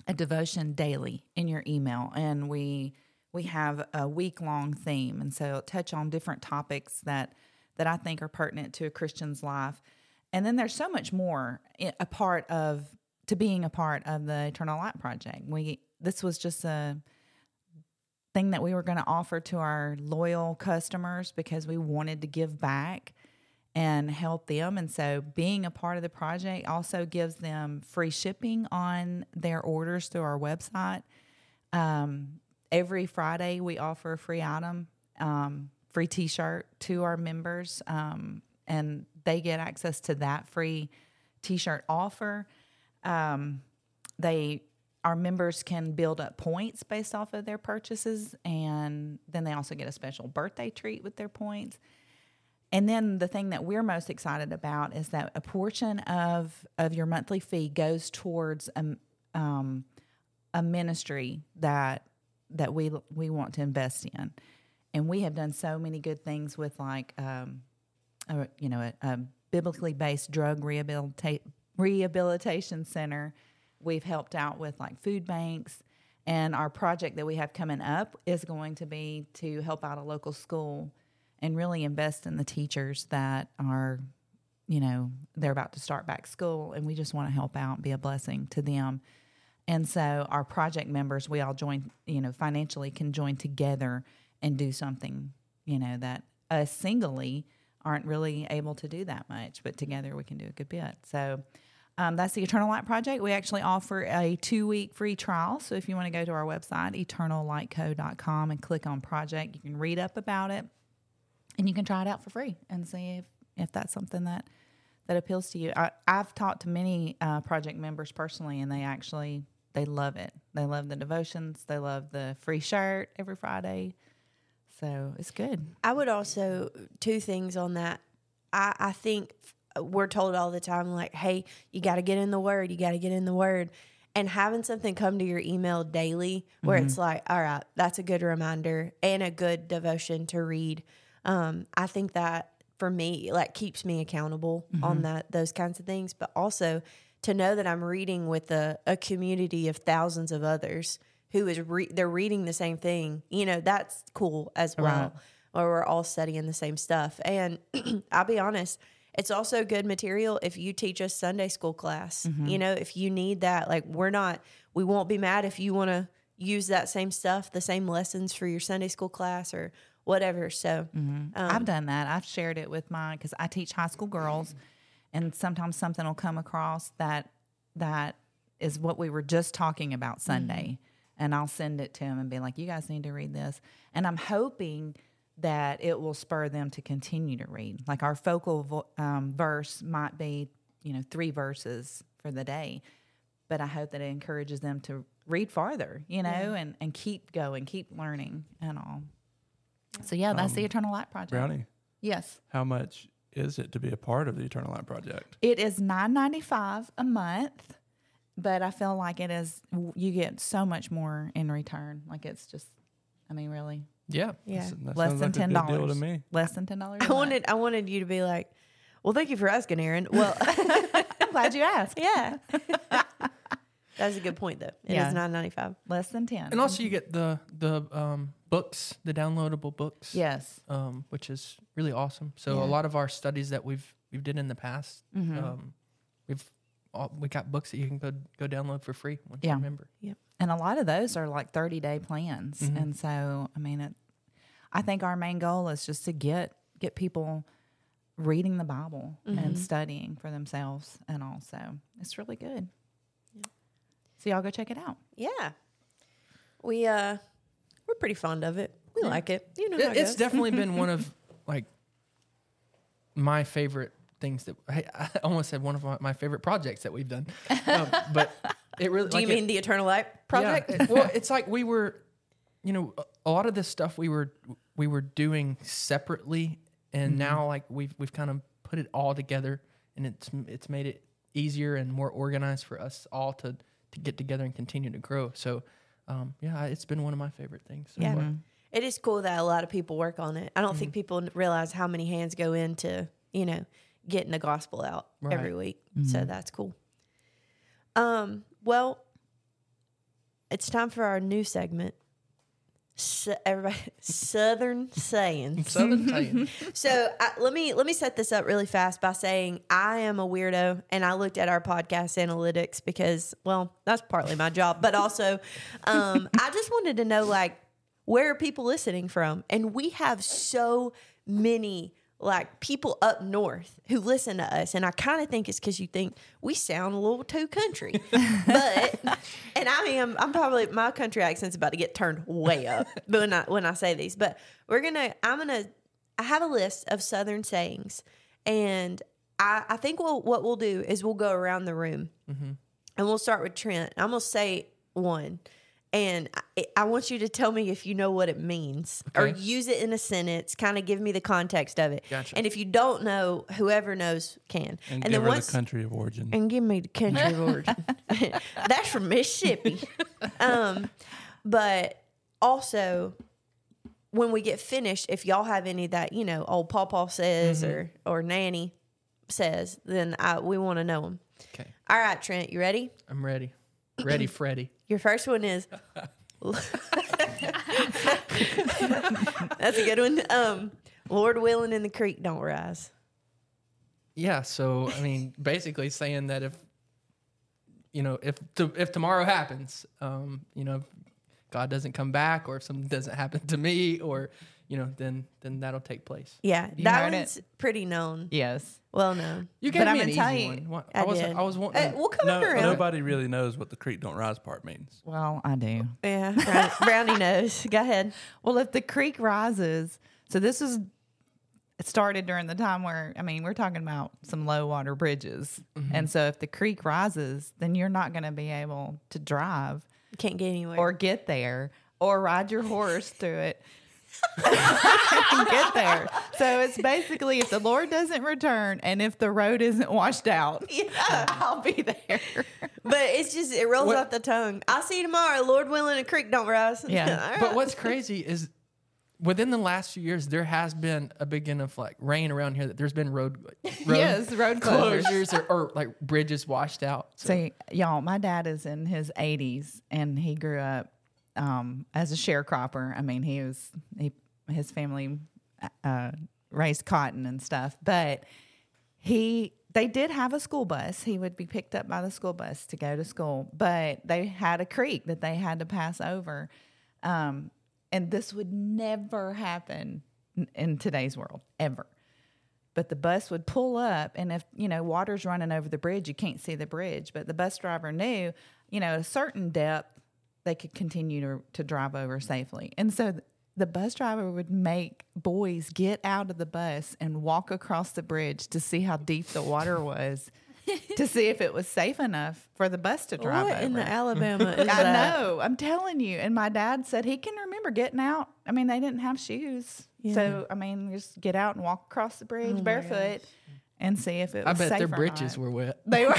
Speaker 4: a devotion daily in your email and we we have a week long theme and so it'll touch on different topics that that i think are pertinent to a christian's life and then there's so much more i- a part of to being a part of the eternal light project we this was just a thing that we were going to offer to our loyal customers because we wanted to give back and help them. And so being a part of the project also gives them free shipping on their orders through our website. Um, every Friday, we offer a free item, um, free t shirt to our members, um, and they get access to that free t shirt offer. Um, they our members can build up points based off of their purchases and then they also get a special birthday treat with their points and then the thing that we're most excited about is that a portion of of your monthly fee goes towards a, um, a ministry that that we we want to invest in and we have done so many good things with like um, a, you know, a, a biblically based drug rehabilita- rehabilitation center. We've helped out with like food banks. And our project that we have coming up is going to be to help out a local school and really invest in the teachers that are, you know, they're about to start back school. And we just want to help out and be a blessing to them. And so our project members, we all join, you know, financially can join together and do something, you know, that us singly aren't really able to do that much, but together we can do a good bit. So um, that's the Eternal Light Project. We actually offer a two week free trial. So if you want to go to our website, eternallightco.com, and click on project, you can read up about it and you can try it out for free and see if, if that's something that that appeals to you. I, I've talked to many uh, project members personally, and they actually they love it. They love the devotions. They love the free shirt every Friday. So it's good.
Speaker 2: I would also two things on that. I, I think we're told all the time, like, hey, you got to get in the word, you got to get in the word, and having something come to your email daily where it's like, all right, that's a good reminder and a good devotion to read. Um, I think that for me, like, keeps me accountable on that those kinds of things, but also to know that I'm reading with a, a community of thousands of others who is re- they're reading the same thing. You know, that's cool as well
Speaker 4: Right.
Speaker 2: or we're all studying the same stuff. And I'll be honest, it's also good material if you teach us Sunday school class.
Speaker 4: Mm-hmm.
Speaker 2: You know, if you need that, like we're not, we won't be mad if you want to use that same stuff, the same lessons for your Sunday school class or whatever. So
Speaker 4: Mm-hmm. I've done that. I've shared it with mine because I teach high school girls, and sometimes something will come across that that is what we were just talking about Sunday, and I'll send it to them and be like, "You guys need to read this," and I'm hoping that it will spur them to continue to read. Like our focal vo- um, verse might be, you know, three verses for the day, but I hope that it encourages them to read farther, you know, and and keep going, keep learning, and all. So yeah, that's the Eternal Light Project.
Speaker 6: Um, Brownie,
Speaker 4: Yes,
Speaker 6: how much is it to be a part of the Eternal Light Project?
Speaker 4: it is nine ninety five a month, but I feel like it is you get so much more in return. Like it's just, I mean, really
Speaker 3: Yeah.
Speaker 2: yeah.
Speaker 6: That sounds
Speaker 4: less than
Speaker 6: like a
Speaker 4: ten
Speaker 6: good deal
Speaker 4: dollars
Speaker 6: to me.
Speaker 4: Less than ten dollars.
Speaker 2: I wanted I wanted you to be like, well, thank you for asking, Aaron. Well,
Speaker 4: I'm glad you asked.
Speaker 2: yeah, that's a good point though. It is
Speaker 4: Yeah.
Speaker 2: nine ninety five.
Speaker 4: Less than ten.
Speaker 3: And also, you get the the um, books, the downloadable books,
Speaker 4: yes.
Speaker 3: um, which is really awesome. So
Speaker 4: Yeah.
Speaker 3: a lot of our studies that we've we've did in the past,
Speaker 2: Mm-hmm.
Speaker 3: um, we've all, we got books that you can go go download for free once
Speaker 4: Yeah.
Speaker 3: you remember.
Speaker 4: and a lot of those are like 30 day plans and so i mean it i think our main goal is just to get get people reading the bible and studying for themselves and also it's really good so y'all go check it out
Speaker 2: Yeah, we uh, we're pretty fond of it. We like it. You know, how it
Speaker 3: It, it's
Speaker 2: goes.
Speaker 3: definitely been one of like my favorite things that I, I almost said one of my, my favorite projects that we've done, um, but it really.
Speaker 2: Do you
Speaker 3: like it-
Speaker 2: mean the Eternal Light project?
Speaker 3: Yeah. it- well, it's like we were, you know, a- a lot of this stuff we were we were doing separately, and
Speaker 2: Mm-hmm.
Speaker 3: now like we've we've kind of put it all together, and it's it's made it easier and more organized for us all to to get together and continue to grow. So, um, yeah, it's been one of my favorite things. So
Speaker 2: Yeah. Mm-hmm.
Speaker 3: far.
Speaker 2: It is cool that a lot of people work on it. I don't
Speaker 3: Mm.
Speaker 2: think people n- realize how many hands go into, you know, getting the gospel out every
Speaker 3: Right. Mm-hmm.
Speaker 2: week. So that's cool. Um, well, it's time for our new segment. So, everybody, Southern sayings.
Speaker 3: So that's how you-
Speaker 2: So I, let me let me set this up really fast by saying I am a weirdo, and I looked at our podcast analytics because, well, that's partly my job, but also um, I just wanted to know like where are people listening from, and we have so many like people up north who listen to us, and I kind of think it's because you think we sound a little too country, but and I am I'm probably my country accent's about to get turned way up when I when I say these, but we're gonna I'm gonna I have a list of Southern sayings, and I, I think we'll, what we'll do is we'll go around the room,
Speaker 6: Mm-hmm.
Speaker 2: and we'll start with Trent. I'm gonna say one, and I, I want you to tell me if you know what it means or
Speaker 3: Okay.
Speaker 2: use it in a sentence. Kind of give me the context of it.
Speaker 3: Gotcha.
Speaker 2: And if you don't know, whoever knows can.
Speaker 6: And, give her the country of origin.
Speaker 2: and give me the country of origin. That's from Mississippi. Um, but also, when we get finished, if y'all have any that you know old Pawpaw says
Speaker 4: Mm-hmm.
Speaker 2: or or Nanny says, then I, we want to know them.
Speaker 3: okay,
Speaker 2: All right, Trent, you ready?
Speaker 3: I'm ready, ready, Freddy.
Speaker 2: Your first one is. That's a good one. Um, Lord willing, and the creek don't rise.
Speaker 3: Yeah, so I mean, basically saying that if you know if to, if tomorrow happens, um, you know, if God doesn't come back, or if something doesn't happen to me, or you know, then then that'll take place.
Speaker 2: Yeah,
Speaker 4: You
Speaker 2: that
Speaker 4: heard it.
Speaker 2: one's pretty known.
Speaker 4: yes
Speaker 2: Well known.
Speaker 3: You
Speaker 4: But
Speaker 3: gave
Speaker 4: I'm
Speaker 3: me an
Speaker 4: gonna
Speaker 3: easy
Speaker 4: tell you-
Speaker 3: one. What-
Speaker 2: I,
Speaker 3: I was
Speaker 2: did.
Speaker 3: I was wanting.
Speaker 2: Uh, we'll come
Speaker 6: no,
Speaker 2: around.
Speaker 6: nobody really knows what the creek don't rise part means.
Speaker 4: well i do
Speaker 2: Yeah, Brown- brownie nose. Go ahead.
Speaker 4: Well, if the creek rises, so this is it started during the time where I mean we're talking about some low water bridges, and so if the creek rises, then you're not going to be able to drive
Speaker 2: Can't get anywhere.
Speaker 4: or get there or ride your horse through it. and get there. So it's basically if the Lord doesn't return and if the road isn't washed out, I'll be there.
Speaker 2: but it's just it rolls
Speaker 3: What-
Speaker 2: off the tongue. I'll see you tomorrow. Lord willing, a creek don't rise.
Speaker 4: Yeah.
Speaker 2: All right.
Speaker 3: But what's crazy is within the last few years, there has been a beginning of like rain around here. That there's been road, road
Speaker 4: yes, road closures.
Speaker 3: closures or, or like bridges washed out. So,
Speaker 4: See, y'all, my dad is in his 80s and he grew up um, as a sharecropper. I mean, he was, he, his family uh, raised cotton and stuff, but he, they did have a school bus. He would be picked up by the school bus to go to school, but they had a creek that they had to pass over. Um, And this would never happen n- in today's world, ever. But the bus would pull up, and if, you know, water's running over the bridge, you can't see the bridge. But the bus driver knew, you know, at a certain depth, they could continue to, to drive over safely. And so th- the bus driver would make boys get out of the bus and walk across the bridge to see how deep the water was. to see if it was safe enough for the bus to drive
Speaker 2: What
Speaker 4: over.
Speaker 2: in the Alabama is
Speaker 4: I
Speaker 2: that?
Speaker 4: know. I'm telling you. And my dad said he can remember getting out. I mean, they didn't have shoes. So, I mean, just get out and walk across the
Speaker 5: Oh
Speaker 4: bridge barefoot and see if it
Speaker 7: I
Speaker 4: was
Speaker 7: bet
Speaker 4: safe
Speaker 7: their
Speaker 4: or
Speaker 7: britches
Speaker 4: not.
Speaker 7: were wet.
Speaker 4: They were.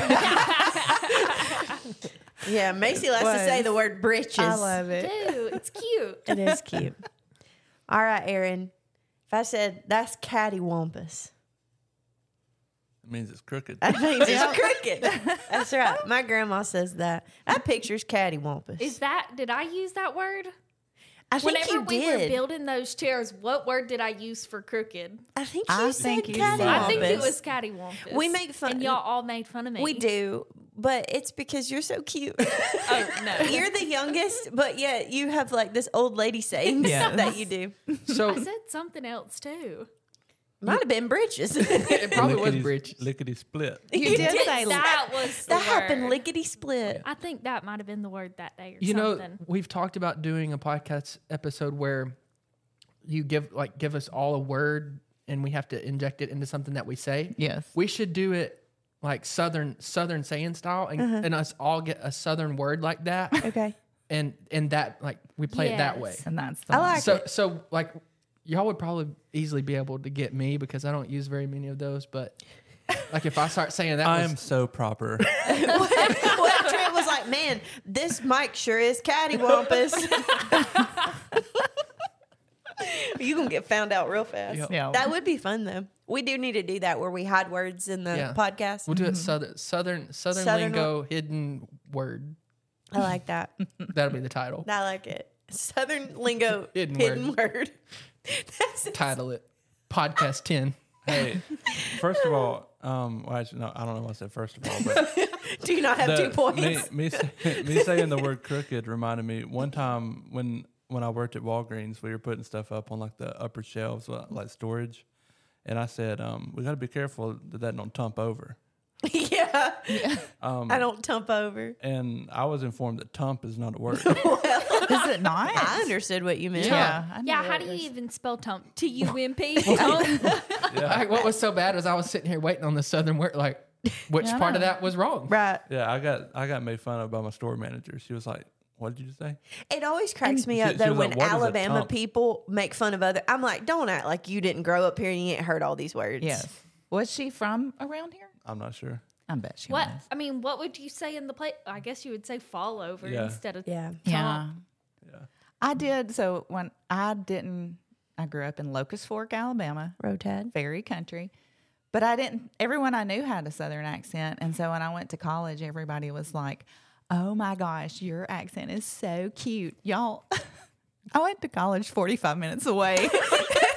Speaker 2: Yeah, Macy likes to say the word britches.
Speaker 4: I love it.
Speaker 5: Dude, it's cute.
Speaker 2: It is cute. All right, Aaron. If I said that's cattywampus,
Speaker 6: It means it's crooked.
Speaker 2: that means it's cricket. That's right. My grandma says that. That picture's cattywampus.
Speaker 5: Is that, did I use that word?
Speaker 2: I think
Speaker 5: Whenever
Speaker 2: you
Speaker 5: we were
Speaker 2: did.
Speaker 5: building those chairs, what word did I use for crooked?
Speaker 2: I think you
Speaker 4: I
Speaker 2: said
Speaker 4: think you said-
Speaker 2: cattywampus.
Speaker 5: I think it was cattywampus.
Speaker 2: We make fun-
Speaker 5: And y'all all made fun of me.
Speaker 2: We do, but it's because you're so cute.
Speaker 5: Oh, no.
Speaker 2: you're the youngest, but yet you have like this old lady saying
Speaker 7: Yeah.
Speaker 2: that you do.
Speaker 7: So
Speaker 5: I said something else too.
Speaker 2: Might have been britches.
Speaker 7: it probably was
Speaker 6: Lickety-
Speaker 7: britches.
Speaker 6: Lickety split.
Speaker 4: You did say
Speaker 5: that was the
Speaker 2: That happened
Speaker 5: word.
Speaker 2: lickety split.
Speaker 5: I think that might have been the word that day or
Speaker 7: you
Speaker 5: something.
Speaker 7: know we've talked about doing a podcast episode where you give like give us all a word and we have to inject it into something that we say
Speaker 4: Yes.
Speaker 7: we should do it like southern southern saying style and,
Speaker 5: Uh-huh.
Speaker 7: and us all get a southern word like that
Speaker 2: Okay.
Speaker 7: and and that like we play it that way
Speaker 5: Yes.
Speaker 4: And that's the
Speaker 2: I
Speaker 4: one.
Speaker 2: like
Speaker 7: so
Speaker 2: it.
Speaker 7: so like y'all would probably easily be able to get me because i don't use very many of those but like if i start saying that
Speaker 6: I
Speaker 7: was-
Speaker 6: am so proper.
Speaker 2: well, Trent was like, "Man, this mic sure is cattywampus." you gonna get found out real fast.
Speaker 7: Yep.
Speaker 4: Yeah.
Speaker 2: That would be fun though. We do need to do that where we hide words in the
Speaker 7: Yeah.
Speaker 2: podcast.
Speaker 7: we'll do
Speaker 5: Mm-hmm.
Speaker 7: it southern southern southern,
Speaker 2: Southern
Speaker 7: lingo hidden word
Speaker 2: I like that.
Speaker 7: that'll be the title
Speaker 2: I like it. Southern lingo hidden,
Speaker 7: Hidden
Speaker 2: word. That's
Speaker 7: title it podcast 10
Speaker 6: hey, first of all, um, well, actually, no, I don't know why I said first of all, but
Speaker 2: do you not have
Speaker 6: the-
Speaker 2: two points?
Speaker 6: Me, me, say- me saying the word crooked reminded me one time when when I worked at Walgreens, we were putting stuff up on like the upper shelves, like like storage, and I said, um, "We got to be careful that that don't tump over."
Speaker 2: yeah.
Speaker 6: Um,
Speaker 2: I don't tump over.
Speaker 6: and I was informed that tump is not a word.
Speaker 4: Is it not?
Speaker 2: I understood what you meant.
Speaker 4: Yeah. I
Speaker 5: yeah,
Speaker 4: knew
Speaker 5: how
Speaker 4: it
Speaker 5: do
Speaker 4: was-
Speaker 5: you even spell tump? T U M P. Tump.
Speaker 7: Like, what was so bad is I was sitting here waiting on the southern word, like which
Speaker 4: Yeah, I
Speaker 7: part of
Speaker 4: know.
Speaker 7: that was wrong.
Speaker 2: Right.
Speaker 6: yeah, I got I got made fun of by my store manager. She was like, "What did you say?"
Speaker 2: It always cracks me
Speaker 6: She-
Speaker 2: up
Speaker 6: she
Speaker 2: though
Speaker 6: was
Speaker 2: when
Speaker 6: like, "What is a
Speaker 2: Alabama
Speaker 6: tump?"
Speaker 2: people make fun of other. I'm like, don't act like you didn't grow up here and you ain't heard all these words.
Speaker 4: Yes. Was she from around here?
Speaker 6: I'm not sure.
Speaker 4: I bet she
Speaker 5: what?
Speaker 4: was.
Speaker 5: I mean, what would you say in the play? I guess you would say fall over
Speaker 6: Yeah.
Speaker 5: instead of
Speaker 2: Yeah.
Speaker 4: Yeah.
Speaker 6: Yeah.
Speaker 4: I did. So when I didn't, I grew up in Locust Fork, Alabama.
Speaker 2: Rotad.
Speaker 4: very country. But I didn't, everyone I knew had a Southern accent. And so when I went to college, everybody was like, oh my gosh, your accent is so cute. Y'all, I went to college 45 minutes away. I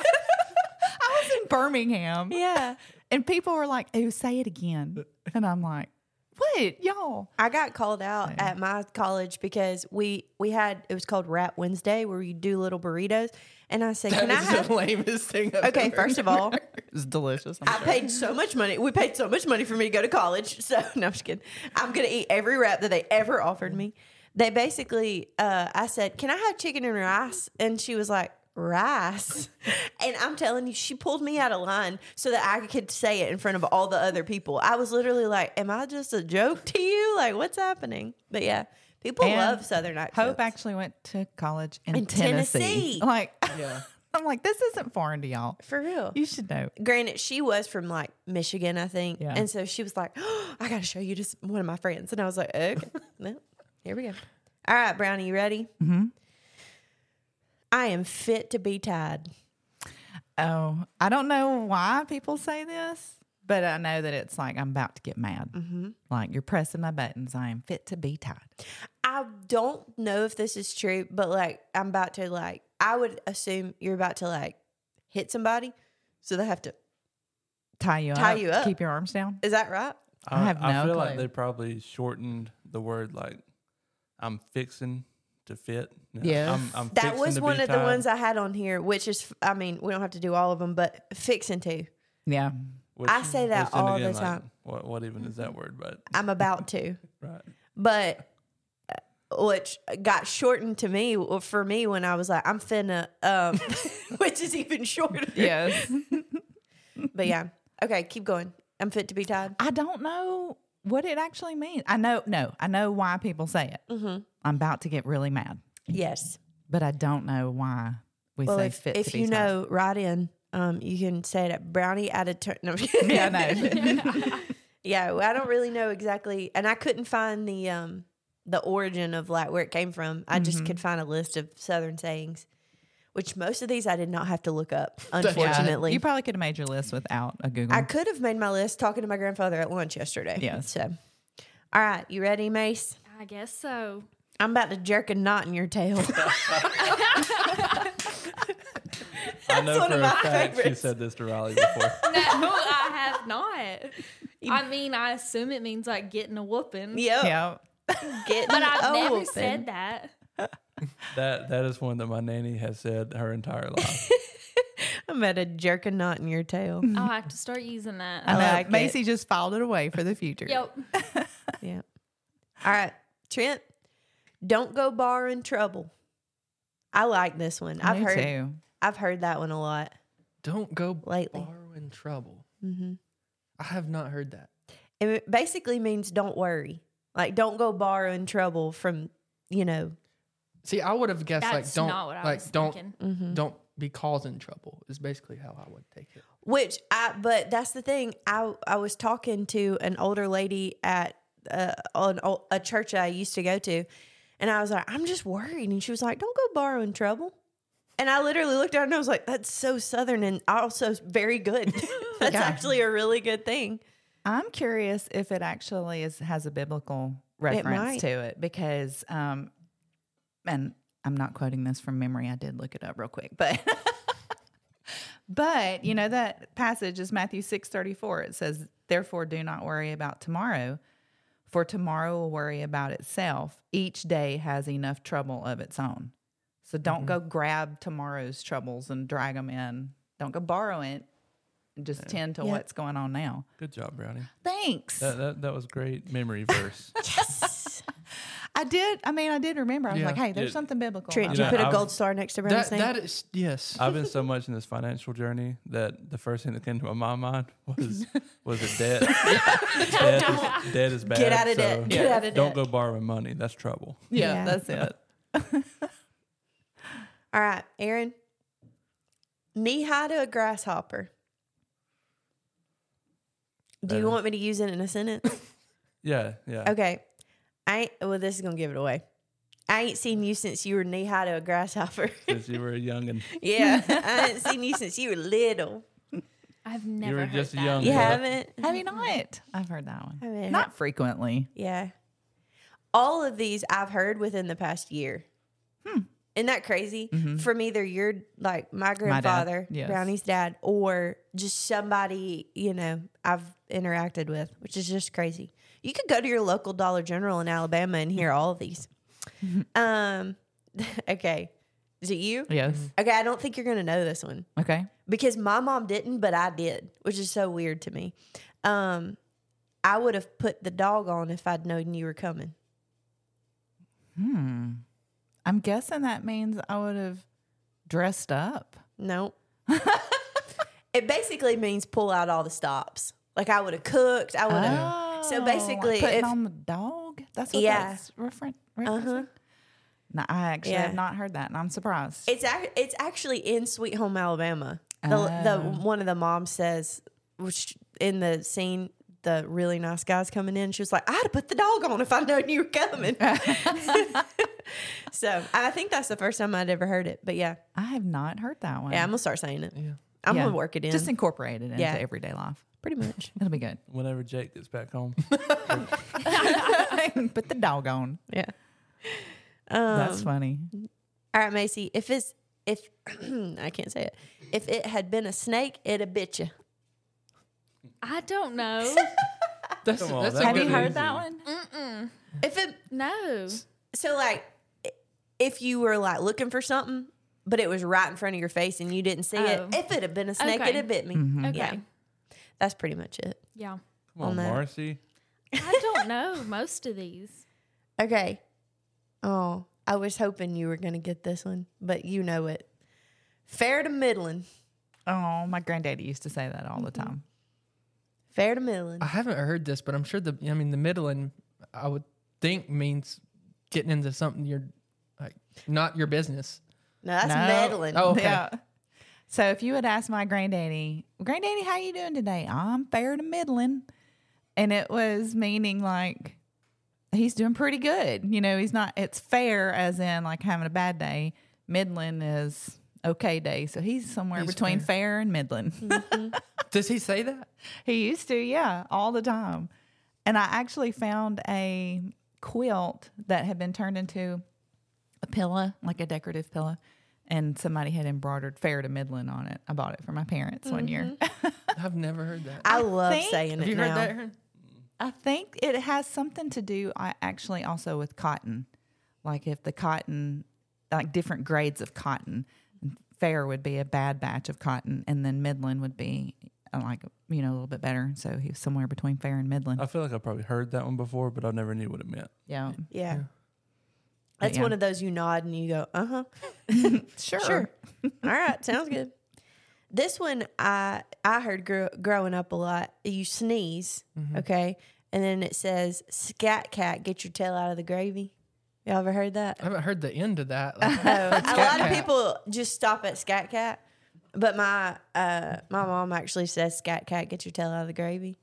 Speaker 4: was in Birmingham.
Speaker 2: Yeah.
Speaker 4: And people were like, oh, say it again. And I'm like, what? Y'all.
Speaker 2: I got called out at my college because we we had it was called Rat Wednesday where you do little burritos, and I said,
Speaker 7: That
Speaker 2: can I
Speaker 7: is
Speaker 2: have?
Speaker 7: the lamest thing. I've
Speaker 2: Okay,
Speaker 7: ever
Speaker 2: first of all,
Speaker 4: It's delicious.
Speaker 2: I paid so much money. We paid so much money for me to go to college. So no, I'm just kidding. I'm gonna eat every wrap that they ever offered me. They basically, uh, I said, "Can I have chicken and rice?" And she was like, "Rice." and I'm telling you, she pulled me out of line so that I could say it in front of all the other people. I was literally like, "Am I just a joke to you? Like, what's happening?" But yeah, people
Speaker 4: And
Speaker 2: love Southern accents.
Speaker 4: Hope actually went to college in,
Speaker 2: In
Speaker 4: Tennessee.
Speaker 2: Tennessee.
Speaker 4: Like,
Speaker 7: Yeah.
Speaker 4: I'm like, this isn't foreign to y'all.
Speaker 2: for real.
Speaker 4: You should know.
Speaker 2: granted she was from like michigan i think
Speaker 4: Yeah.
Speaker 2: and so she was like oh, i gotta show you to s- one of my friends and i was like okay no, here we go all right brownie you ready mm-hmm. i am fit to be tied
Speaker 4: Oh, I don't know why people say this, but I know that it's like I'm about to get mad.
Speaker 2: Mm-hmm.
Speaker 4: Like you're pressing my buttons. I am fit to be tied.
Speaker 2: i don't know if this is true but like i'm about to like i would assume you're about to like hit somebody so they have to
Speaker 4: Tie you
Speaker 2: Tie
Speaker 4: up.
Speaker 2: you up.
Speaker 4: Keep your arms down.
Speaker 2: is that right
Speaker 4: I have
Speaker 6: I
Speaker 4: no
Speaker 6: feel like
Speaker 4: clue.
Speaker 6: they probably shortened the word like I'm fixing to fit. No,
Speaker 7: Yeah.
Speaker 6: I'm, I'm
Speaker 2: That
Speaker 6: fixing
Speaker 2: was
Speaker 6: to be
Speaker 2: one of the
Speaker 6: tied.
Speaker 2: ones I had on here, which is, I mean, we don't have to do all of them, but fixing to.
Speaker 4: Yeah.
Speaker 6: Which-
Speaker 2: I say that
Speaker 6: which then
Speaker 2: all
Speaker 6: again,
Speaker 2: the
Speaker 6: like,
Speaker 2: time.
Speaker 6: What, what even is that word? But
Speaker 2: I'm about to.
Speaker 6: right,
Speaker 2: But uh, which got shortened to me well, for me when I was like, I'm finna, um, which is even shorter.
Speaker 4: Yes.
Speaker 2: But yeah. Okay, keep going. I'm fit to be tied.
Speaker 4: I don't know what it actually means. I know, no, I know why people say it.
Speaker 2: Mhm.
Speaker 4: I'm about to get really mad,
Speaker 2: Yes.
Speaker 4: but I don't know why we
Speaker 2: Well,
Speaker 4: say
Speaker 2: if,
Speaker 4: fit
Speaker 2: if
Speaker 4: to be
Speaker 2: you
Speaker 4: tied.
Speaker 2: know, write in. Um, you can say it at brownie at a turn. No.
Speaker 4: yeah, I know.
Speaker 2: Yeah, well, I don't really know exactly, and I couldn't find the um the origin of like where it came from. I
Speaker 4: Mm-hmm.
Speaker 2: just could find a list of Southern sayings, which most of these I did not have to look up. Unfortunately,
Speaker 4: Yeah, you probably could have made your list without a Google.
Speaker 2: I could have made my list talking to my grandfather at lunch yesterday.
Speaker 4: Yes.
Speaker 2: So, all right, you ready, Mace?
Speaker 5: I guess so.
Speaker 2: I'm about to jerk a knot in your tail.
Speaker 6: I know
Speaker 2: one
Speaker 6: for
Speaker 2: of
Speaker 6: a
Speaker 2: my
Speaker 6: fact she
Speaker 2: favorites.
Speaker 6: said this to Riley before.
Speaker 5: No, I have not. I mean, I assume it means like getting a whooping.
Speaker 2: yep.
Speaker 4: yeah.
Speaker 2: Getting
Speaker 5: But I've
Speaker 2: old.
Speaker 5: never said that.
Speaker 6: that that is one that my nanny has said her entire life.
Speaker 2: I'm about to jerk a knot in your tail.
Speaker 5: I'll have to start using that.
Speaker 4: I know.
Speaker 2: like it.
Speaker 4: Macy just filed it away for the future.
Speaker 5: Yep.
Speaker 2: yeah. All right, Trent. Don't go borrowing trouble. I like this one. I've
Speaker 4: Me
Speaker 2: heard.
Speaker 4: too.
Speaker 2: I've heard that one a lot.
Speaker 7: Don't go
Speaker 2: Lately.
Speaker 7: borrowing trouble.
Speaker 2: Mm-hmm.
Speaker 7: I have not heard that.
Speaker 2: It basically means don't worry. Like don't go borrowing trouble from you know.
Speaker 7: See, I would have guessed
Speaker 5: That's
Speaker 7: like don't
Speaker 5: not what I
Speaker 7: like
Speaker 5: was
Speaker 7: don't
Speaker 5: thinking.
Speaker 2: Mhm.
Speaker 7: don't be causing trouble is basically how I would take it.
Speaker 2: Which I but that's the thing. I I was talking to an older lady at uh, on o- a church I used to go to, and I was like, I'm just worried, and she was like, Don't go borrowing trouble. And I literally looked at her and I was like, That's so southern and also very good. that's
Speaker 4: Yeah.
Speaker 2: actually a really good thing.
Speaker 4: I'm curious if it actually is has a biblical
Speaker 2: might.
Speaker 4: reference to it because um and I'm not quoting this from memory. I did look it up real quick, but but you know that passage is Matthew 6:34. It says, "Therefore do not worry about tomorrow, for tomorrow will worry about itself. Each day has enough trouble of its own." So don't go grab tomorrow's troubles and drag them in. Don't go borrow it. Just tend to what's going on now.
Speaker 6: Good job, Brownie.
Speaker 4: Thanks.
Speaker 6: That that, that was great memory verse.
Speaker 4: I did. I mean, I did remember. I was
Speaker 7: Yeah.
Speaker 4: like, hey, there's
Speaker 6: Yeah.
Speaker 4: something biblical.
Speaker 2: Trent,
Speaker 4: about
Speaker 2: you
Speaker 6: know,
Speaker 2: put a
Speaker 6: I was-
Speaker 2: gold star next to Brandon's
Speaker 7: That
Speaker 2: name.
Speaker 7: that is yes.
Speaker 6: I've been so much in this financial journey that the first thing that came to my mind was was a debt. debt, is, debt is bad.
Speaker 2: Get out of debt.
Speaker 6: so
Speaker 2: Get out of
Speaker 6: Don't
Speaker 2: debt.
Speaker 6: go borrowing money. That's trouble.
Speaker 4: it. Yeah,
Speaker 2: Yeah.
Speaker 4: that's it.
Speaker 2: All right, Aaron. Knee high to a grasshopper. Do you
Speaker 6: Uh,
Speaker 2: want me to use it in a sentence?
Speaker 6: Yeah, yeah.
Speaker 2: Okay. I ain't, well, this is gonna give it away. I ain't seen you since you were knee high to a grasshopper.
Speaker 6: Since you were a youngin'.
Speaker 2: yeah, I ain't seen you since you were little.
Speaker 5: I've never.
Speaker 6: were
Speaker 5: heard
Speaker 6: just
Speaker 5: that.
Speaker 6: young.
Speaker 2: You
Speaker 6: Oh, Yeah.
Speaker 2: haven't?
Speaker 4: Have you not? I've heard that one.
Speaker 2: I mean,
Speaker 4: Not frequently.
Speaker 2: Yeah. All of these I've heard within the past year. Isn't that crazy? From either your like Hmm. Mm-hmm. my grandfather,
Speaker 4: yes.
Speaker 2: Brownie's dad, or just somebody, you know, I've interacted with, which is just crazy. You could go to your local Dollar General in Alabama and hear all of these. um okay. Is it you?
Speaker 4: Yes.
Speaker 2: Okay, I don't think you're gonna know this one
Speaker 4: Okay.
Speaker 2: because my mom didn't, but I did, which is so weird to me. Um, I would have put the dog on if I'd known you were coming.
Speaker 4: Hmm. I'm guessing that means I would have dressed up.
Speaker 2: No. it basically means pull out all the stops. Like I would have cooked. I would have. So
Speaker 4: Oh,
Speaker 2: basically,
Speaker 4: like putting
Speaker 2: if-
Speaker 4: on the dog. That's what
Speaker 2: Yeah.
Speaker 4: that's refer- referencing.
Speaker 2: Uh-huh.
Speaker 4: No, I actually
Speaker 2: Yeah.
Speaker 4: have not heard that, and I'm surprised.
Speaker 2: It's ac- it's actually in Sweet Home Alabama. The the
Speaker 4: Oh.
Speaker 2: one of the moms says, which in the scene, the really nice guy's coming in. She was like, "I'd have put the dog on if I known you were coming." so I think that's the first time I'd ever heard it. But yeah,
Speaker 4: I have not heard that one.
Speaker 2: yeah, I'm gonna start saying it.
Speaker 7: Yeah.
Speaker 2: I'm
Speaker 4: Yeah.
Speaker 2: gonna work it in.
Speaker 4: Just incorporate it into
Speaker 2: Yeah.
Speaker 4: everyday life.
Speaker 2: pretty much.
Speaker 4: It'll be good.
Speaker 6: Whenever Jake gets back home.
Speaker 4: Put the dog on.
Speaker 2: Yeah. Um,
Speaker 4: That's funny.
Speaker 2: All right, Macy. If it's if I can't say it, if it had been a snake, it'd have bit you.
Speaker 5: I don't know.
Speaker 7: That's,
Speaker 6: Come on,
Speaker 7: that's a
Speaker 6: that
Speaker 7: good
Speaker 6: was
Speaker 7: one.
Speaker 6: easy.
Speaker 4: one?
Speaker 5: Mm-mm.
Speaker 2: If it
Speaker 5: No.
Speaker 2: so like if you were like looking for something, but it was right in front of your face and you didn't see
Speaker 5: Oh.
Speaker 2: it, if it had been a snake,
Speaker 5: Okay.
Speaker 2: it'd have bit me.
Speaker 7: Mm-hmm.
Speaker 5: Okay.
Speaker 2: Yeah. That's pretty much it.
Speaker 5: Yeah.
Speaker 6: Come on,
Speaker 2: on that.
Speaker 6: Marcy.
Speaker 5: I don't know most of these.
Speaker 2: Okay. Oh, I was hoping you were going to get this one, but you know it. Fair to middling.
Speaker 4: Oh, my granddaddy used to say that all
Speaker 7: Mm-hmm.
Speaker 4: the time.
Speaker 2: Fair to middling.
Speaker 7: I haven't heard this, but I'm sure the I mean the middling I would think means getting into something you're like not your business.
Speaker 2: No, that's
Speaker 4: No.
Speaker 2: meddling.
Speaker 7: Oh, okay.
Speaker 4: Yeah. So if you had asked my granddaddy, granddaddy, how you doing today? I'm fair to middling, and it was meaning like he's doing pretty good. You know, he's not. It's fair as in like having a bad day. Middling is okay day. So he's somewhere
Speaker 7: He's fair.
Speaker 4: between
Speaker 7: Mm-hmm.
Speaker 4: fair, and middling.
Speaker 7: Does he say that?
Speaker 4: He used to, yeah, all the time. And I actually found a quilt that had been turned into a pillow, like a decorative pillow, and somebody had embroidered fair to middling on it. I bought it for my parents one year.
Speaker 7: I've never heard that.
Speaker 2: I love
Speaker 4: think-
Speaker 2: saying
Speaker 7: Have
Speaker 2: it
Speaker 7: you
Speaker 2: now.
Speaker 7: heard that? Aaron?
Speaker 4: I think it has something to do, I actually also with cotton, like if the cotton, like different grades of cotton. Fair would be a bad batch of cotton, and then middling would be uh, like you know a little bit better. So he was somewhere between fair and middling.
Speaker 6: I feel like I probably heard that one before, but I never knew what it meant.
Speaker 4: Yeah,
Speaker 2: Yeah. That's
Speaker 4: Yeah.
Speaker 2: one of those you nod and you go, uh huh.
Speaker 4: sure.
Speaker 2: Sure. All right, sounds good. This one I I heard grow, growing up a lot. You sneeze,
Speaker 7: Mm-hmm.
Speaker 2: okay, and then it says "scat cat, get your tail out of the gravy." Y'all ever heard that?
Speaker 7: I haven't heard the end of that.
Speaker 2: Oh,
Speaker 7: Like,
Speaker 2: a lot
Speaker 7: cat.
Speaker 2: of people just stop at scat cat, but my uh, my mom actually says scat cat, get your tail out of the gravy.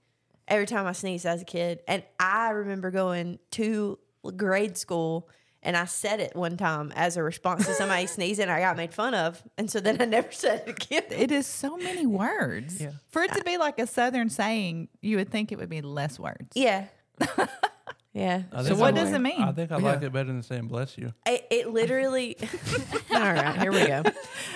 Speaker 2: Every time I sneeze as a kid, and I remember going to grade school. And I said it one time as a response to somebody sneezing. I got made fun of, and so then I never said it again.
Speaker 4: It is so many words. For it to be like a southern saying, you would think it would be less words.
Speaker 2: Yeah. yeah.
Speaker 6: I
Speaker 4: So
Speaker 6: think
Speaker 4: what
Speaker 6: I
Speaker 4: does it mean?
Speaker 6: I think I like it better than saying "bless you."
Speaker 2: It, it literally. All right, here we go.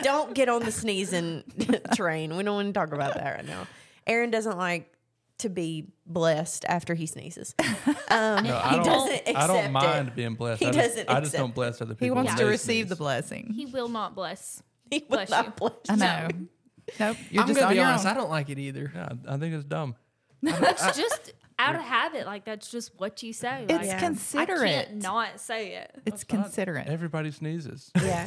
Speaker 2: Don't get on the sneezing train. We don't want to talk about that right now. Aaron doesn't like to be blessed after he sneezes. Um,
Speaker 6: No,
Speaker 2: he
Speaker 6: I don't.
Speaker 2: doesn't
Speaker 6: I
Speaker 2: accept
Speaker 6: don't
Speaker 2: it.
Speaker 6: mind being blessed.
Speaker 2: He
Speaker 6: I just,
Speaker 2: doesn't
Speaker 6: I just
Speaker 2: accept
Speaker 6: don't bless other people.
Speaker 4: He wants
Speaker 6: when
Speaker 4: to
Speaker 6: they
Speaker 4: receive the
Speaker 6: sneeze.
Speaker 4: blessing.
Speaker 5: He will not bless.
Speaker 2: He will
Speaker 5: Bless
Speaker 2: not
Speaker 5: you.
Speaker 2: bless
Speaker 4: I
Speaker 2: you.
Speaker 4: know. Nope. You're
Speaker 7: I'm
Speaker 4: just
Speaker 7: gonna
Speaker 4: on
Speaker 7: be
Speaker 4: your
Speaker 7: honest,
Speaker 4: own.
Speaker 7: I don't like it either.
Speaker 6: Yeah, I, I think it's dumb.
Speaker 2: Uh,
Speaker 5: That's just out of habit. Like that's just what you say. Like,
Speaker 4: It's
Speaker 2: Yeah.
Speaker 5: I
Speaker 4: considerate.
Speaker 5: can't not say it.
Speaker 4: it's considerate.
Speaker 6: Everybody sneezes. Uh,
Speaker 2: Yeah,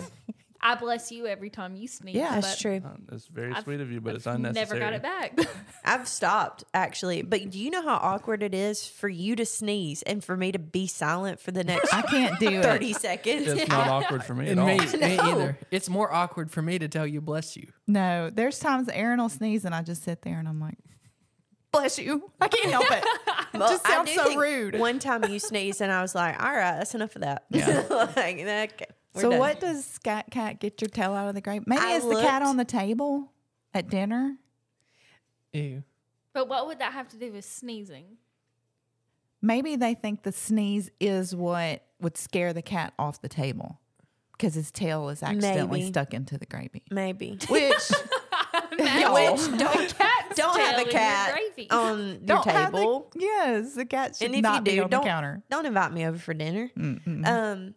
Speaker 5: I bless you every time you sneeze.
Speaker 4: Yeah,
Speaker 5: but
Speaker 2: that's true.
Speaker 6: Um, It's very
Speaker 5: I've-
Speaker 6: sweet of you, but it's
Speaker 5: I've
Speaker 6: unnecessary.
Speaker 5: Never got it back.
Speaker 2: I've stopped actually, but do you know how awkward it is for you to sneeze and for me to be silent for the next
Speaker 4: I can't do it.
Speaker 2: thirty seconds?
Speaker 6: It's not awkward for me at
Speaker 7: And
Speaker 6: all.
Speaker 7: me, me either. It's more awkward for me to tell you bless you.
Speaker 4: No, there's times Aaron will sneeze and I just sit there and I'm like, bless you. I can't help it.
Speaker 2: Well,
Speaker 4: just
Speaker 2: I
Speaker 4: sounds
Speaker 2: do
Speaker 4: so
Speaker 2: think
Speaker 4: rude.
Speaker 2: One time you sneezed, and I was like, "All right, that's enough of that." Yeah. like, okay, we're
Speaker 4: so
Speaker 2: done.
Speaker 4: what does scat cat get your tail out of the grave? Maybe
Speaker 2: I
Speaker 4: it's the cat
Speaker 2: looked-
Speaker 4: on the table at dinner.
Speaker 7: Ew.
Speaker 5: but what would that have to do with sneezing?
Speaker 4: maybe they think the sneeze is what would scare the cat off the table because his tail is accidentally
Speaker 2: Maybe.
Speaker 4: stuck into the gravy.
Speaker 2: Maybe.
Speaker 4: Which
Speaker 5: Imagine
Speaker 2: Which don't
Speaker 5: cat's
Speaker 2: don't have
Speaker 5: tail
Speaker 2: a
Speaker 5: in your
Speaker 2: cat Oh.
Speaker 5: gravy.
Speaker 2: on your
Speaker 4: don't have the-
Speaker 2: table.
Speaker 4: yes, the cat should
Speaker 2: and if
Speaker 4: not
Speaker 2: you
Speaker 4: be
Speaker 2: do,
Speaker 4: on
Speaker 2: don't
Speaker 4: the counter.
Speaker 2: don't invite me over for dinner.
Speaker 4: Mm-mm.
Speaker 2: Um,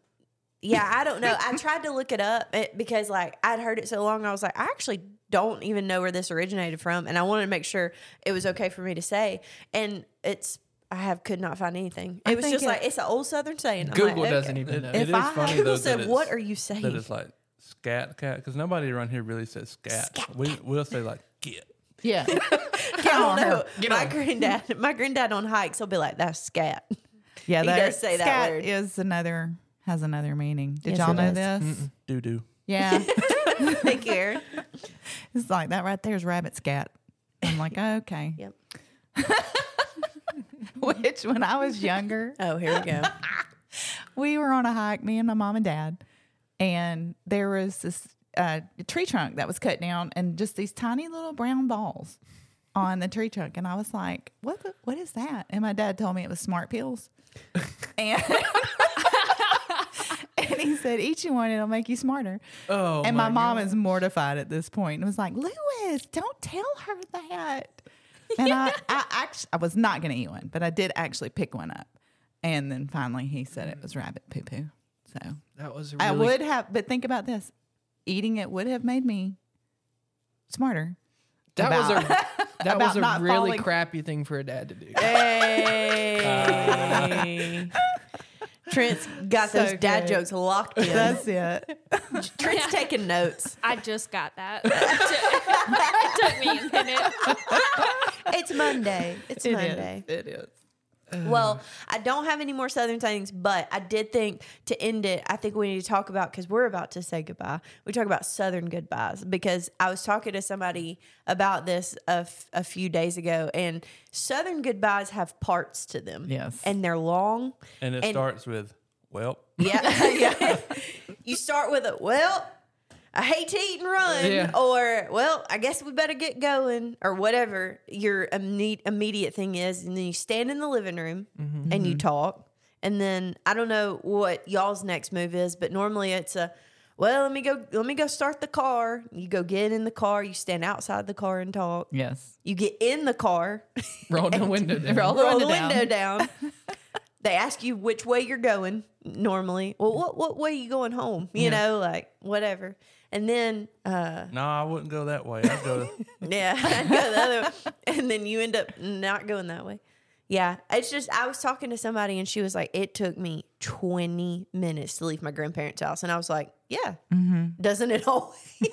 Speaker 2: yeah, I don't know. I tried to look it up it, because like I'd heard it so long, I was like, I actually don't even know where this originated from, and I wanted to make sure it was okay for me to say. And it's I have could not find anything. It
Speaker 4: I
Speaker 2: was
Speaker 4: think
Speaker 2: just
Speaker 4: it-
Speaker 2: like it's an old Southern saying. I'm
Speaker 7: Google
Speaker 2: like,
Speaker 7: doesn't
Speaker 2: okay.
Speaker 7: even know.
Speaker 6: It- it
Speaker 4: If
Speaker 6: is
Speaker 4: I-
Speaker 6: funny
Speaker 2: Google
Speaker 6: though that
Speaker 2: said,
Speaker 6: it's-
Speaker 2: "What are you
Speaker 6: that
Speaker 2: saying?"
Speaker 6: it's like scat cat because nobody around here really says scat. We we'll say like get.
Speaker 4: Yeah.
Speaker 2: I don't
Speaker 4: on.
Speaker 2: know. my granddad, my granddad on hikes, he'll be like, "That's scat."
Speaker 4: yeah,
Speaker 2: He
Speaker 4: that,
Speaker 2: does say that
Speaker 4: scat
Speaker 2: word.
Speaker 4: is another has another meaning. Did
Speaker 2: Yes,
Speaker 4: y'all
Speaker 2: it
Speaker 4: know
Speaker 2: does.
Speaker 4: this?
Speaker 6: Doo doo.
Speaker 4: Yeah.
Speaker 2: Thank you. Aaron.
Speaker 4: it's like that right there is rabbit scat. I'm like, okay.
Speaker 2: Yep.
Speaker 4: Which when I was younger,
Speaker 2: Oh, here we go.
Speaker 4: we were on a hike, me and my mom and dad, and there was this uh, tree trunk that was cut down, and just these tiny little brown balls on the tree trunk. And I was like, "What? the- What is that?" And my dad told me it was smart pills, and and he said, "Eat you one; it'll make you smarter."
Speaker 7: Oh,
Speaker 4: and my, mom is mortified at this point and was like, "Lewis, don't tell her that." And I, I actually, I was not going to eat one, but I did actually pick one up. And then finally, he said it was rabbit poo poo. So
Speaker 7: That was a
Speaker 4: I
Speaker 7: really
Speaker 4: would have, but think about this: eating it would have made me smarter.
Speaker 7: that was
Speaker 4: about-
Speaker 7: a that was
Speaker 4: about
Speaker 7: a
Speaker 4: not
Speaker 7: really
Speaker 4: falling-
Speaker 7: crappy thing for a dad to do.
Speaker 2: Hey. Trent's got
Speaker 4: So
Speaker 2: those dad
Speaker 4: good.
Speaker 2: jokes locked in.
Speaker 4: That's it.
Speaker 2: Trent's taking notes.
Speaker 5: I just got that. it took me a minute.
Speaker 2: It's Monday. It's Monday.
Speaker 4: It is.
Speaker 2: Well, I don't have any more Southern things, but I did think to end it, I think we need to talk about because we're about to say goodbye. We talk about Southern goodbyes because I was talking to somebody about this a, f- a few days ago, and Southern goodbyes have parts to them.
Speaker 4: Yes.
Speaker 2: And they're long.
Speaker 6: And it
Speaker 2: And-
Speaker 6: starts with, well,
Speaker 2: Yeah. yeah. you start with a, well, I hate to eat and run,
Speaker 7: Yeah.
Speaker 2: or, well, I guess we better get going, or whatever your imme- immediate thing is. And then you stand in the living room and you talk. And then I don't know what y'all's next move is, but normally it's a, well, let me go, let me go start the car. You go get in the car, you stand outside the car and talk.
Speaker 4: Yes.
Speaker 2: You get in the car,
Speaker 7: Roll the window down.
Speaker 4: Roll the
Speaker 2: roll
Speaker 4: window
Speaker 2: the
Speaker 4: down.
Speaker 2: window down. they ask you which way you're going normally. Well, what what way you going home? You know, like whatever. And then uh
Speaker 6: no, I wouldn't go that way. I'd go
Speaker 2: yeah, I'd go the other way. and then you end up not going that way. Yeah, it's just I was talking to somebody and she was like, "It took me 20 minutes to leave my grandparents' house," and I was like, "Yeah,
Speaker 4: Mm-hmm.
Speaker 2: doesn't it always?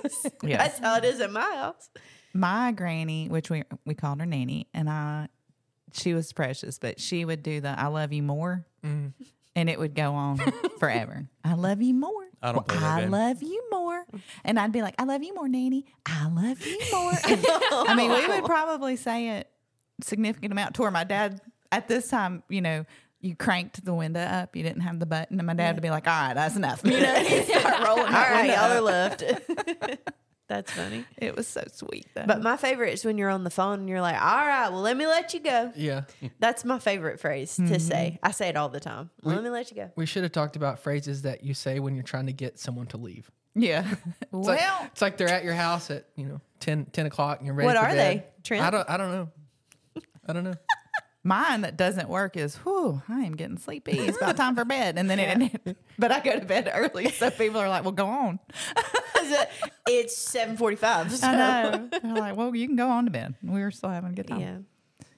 Speaker 2: That's how it is at my house."
Speaker 4: my granny, which we we called her nanny, and I, she was precious, but she would do the "I love you more,"
Speaker 6: Mm.
Speaker 4: and it would go on forever. I love you more.
Speaker 6: I don't play that
Speaker 4: I
Speaker 6: game.
Speaker 4: love you more, and I'd be like, "I love you more, nanny. I love you more." And, I mean, we would probably say it significant amount to where my dad at this time, you know. You cranked the window up. You didn't have the button, and my dad would be like, "All right, that's enough." You know, he'd start rolling.
Speaker 2: All
Speaker 4: that
Speaker 2: right,
Speaker 4: window
Speaker 2: y'all
Speaker 4: up.
Speaker 2: are left. That's funny.
Speaker 4: It was so sweet, though.
Speaker 2: But my favorite is when you're on the phone and you're like, "All right, well, let me let you go."
Speaker 7: Yeah.
Speaker 2: That's my favorite phrase to say. I say it all the time. Let me let you go.
Speaker 7: Mm-hmm. We should have talked about phrases that you say when you're trying to get someone to leave.
Speaker 4: yeah.
Speaker 7: It's
Speaker 4: well,
Speaker 7: like, it's like they're at your house at you know 10, 10 o'clock and you're ready.
Speaker 2: What
Speaker 7: for
Speaker 2: are
Speaker 7: bed.
Speaker 2: they, Trent?
Speaker 7: I don't. I don't know. I don't know.
Speaker 4: Mine that doesn't work is, whew, I am getting sleepy. It's about time for bed. And then it, but I go to bed early. So people are like, well, go on.
Speaker 2: it's seven forty-five.
Speaker 4: I know. They're like, well, you can go on to bed. We were still having a good time.
Speaker 2: Yeah,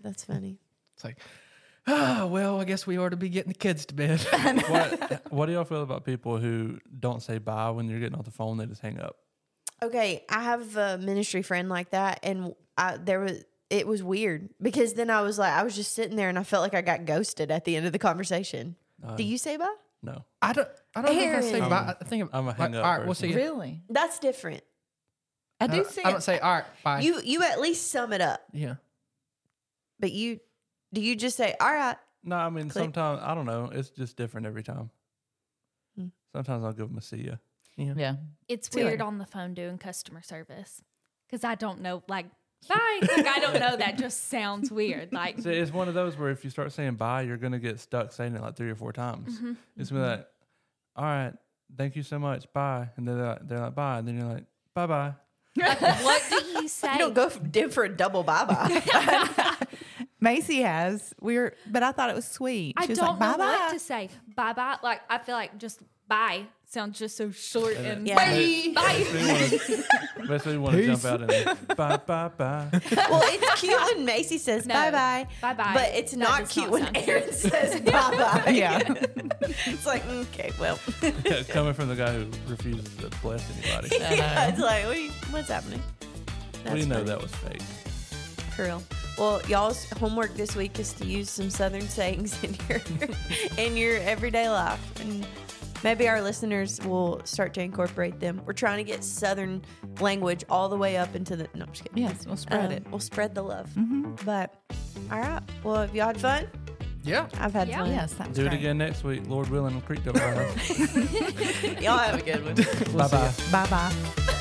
Speaker 2: that's funny.
Speaker 7: It's like, ah, well, I guess we ought to be getting the kids to bed.
Speaker 6: what, what do y'all feel about people who don't say bye when you're getting off the phone? They just hang up.
Speaker 2: Okay, I have a ministry friend like that, and I, there was it was weird because then I was like, I was just sitting there, and I felt like I got ghosted at the end of the conversation.
Speaker 7: Uh,
Speaker 2: Do you say bye?
Speaker 6: No.
Speaker 7: I don't. I don't know if I say
Speaker 2: Aaron.
Speaker 7: bye. I think
Speaker 6: I'm a
Speaker 7: like,
Speaker 6: hang up
Speaker 7: All right, we'll see.
Speaker 6: person.
Speaker 7: You.
Speaker 4: Really?
Speaker 2: That's different.
Speaker 4: I
Speaker 7: I
Speaker 4: do
Speaker 7: don't,
Speaker 4: see
Speaker 7: I don't
Speaker 4: it.
Speaker 7: say all right. Bye.
Speaker 2: You you at least sum it up,
Speaker 7: yeah.
Speaker 2: but you do you just say, "All right,
Speaker 6: No, I mean
Speaker 2: Click.
Speaker 6: sometimes I don't know. It's just different every time.
Speaker 2: Hmm.
Speaker 6: Sometimes I'll give them a see ya.
Speaker 4: Yeah.
Speaker 5: It's
Speaker 4: See you
Speaker 5: weird
Speaker 4: later.
Speaker 5: on the phone doing customer service because I don't know, like, bye. Like, I don't know. That just sounds weird. Like,
Speaker 6: See, it's one of those where if you start saying bye, you're gonna get stuck saying it like three or four times.
Speaker 2: Mm-hmm.
Speaker 6: It's gonna be like, all right, thank you so much, bye, and then they're like, they're like bye, and then you're like, bye bye.
Speaker 5: what do you say?
Speaker 2: you don't go for, for a double bye bye."
Speaker 4: Macy has. We were, but I thought it was sweet.
Speaker 5: I
Speaker 4: she was
Speaker 5: don't
Speaker 4: like, bye
Speaker 5: know what
Speaker 4: bye.
Speaker 5: to say. Bye bye. Like, I feel like just bye sounds just so short and
Speaker 2: Yeah.
Speaker 5: bye. Bye.
Speaker 6: Basically, want to jump out and bye bye bye.
Speaker 2: Well, it's cute when Macy says
Speaker 5: No.
Speaker 2: bye bye.
Speaker 5: Bye-bye.
Speaker 2: But it's
Speaker 5: That
Speaker 2: not
Speaker 5: does
Speaker 2: cute
Speaker 5: not
Speaker 2: when
Speaker 5: sound cute.
Speaker 2: Aaron says bye bye.
Speaker 4: Yeah.
Speaker 2: It's like, okay, well.
Speaker 5: Uh-huh.
Speaker 6: Coming from the guy who refuses to bless anybody,
Speaker 2: yeah, it's like, what are you, what's happening? That's
Speaker 6: we know
Speaker 2: funny.
Speaker 6: that was fake.
Speaker 2: For real. Well, y'all's homework this week is to use some Southern sayings in your in your everyday life, and maybe our listeners will start to incorporate them. We're trying to get Southern language all the way up into the. No, I'm just kidding.
Speaker 4: Yes, we'll spread
Speaker 2: Um,
Speaker 5: Oh.
Speaker 4: it.
Speaker 2: We'll spread the love.
Speaker 6: Mm-hmm.
Speaker 2: But all right. Well, if y'all had fun,
Speaker 7: Yeah.
Speaker 2: I've had
Speaker 5: Yeah.
Speaker 2: fun.
Speaker 4: Yes, that was
Speaker 6: Do it
Speaker 4: great.
Speaker 6: again next week, Lord willing. Creek don't rise.
Speaker 2: Y'all have a good one.
Speaker 6: Bye bye.
Speaker 4: Bye bye.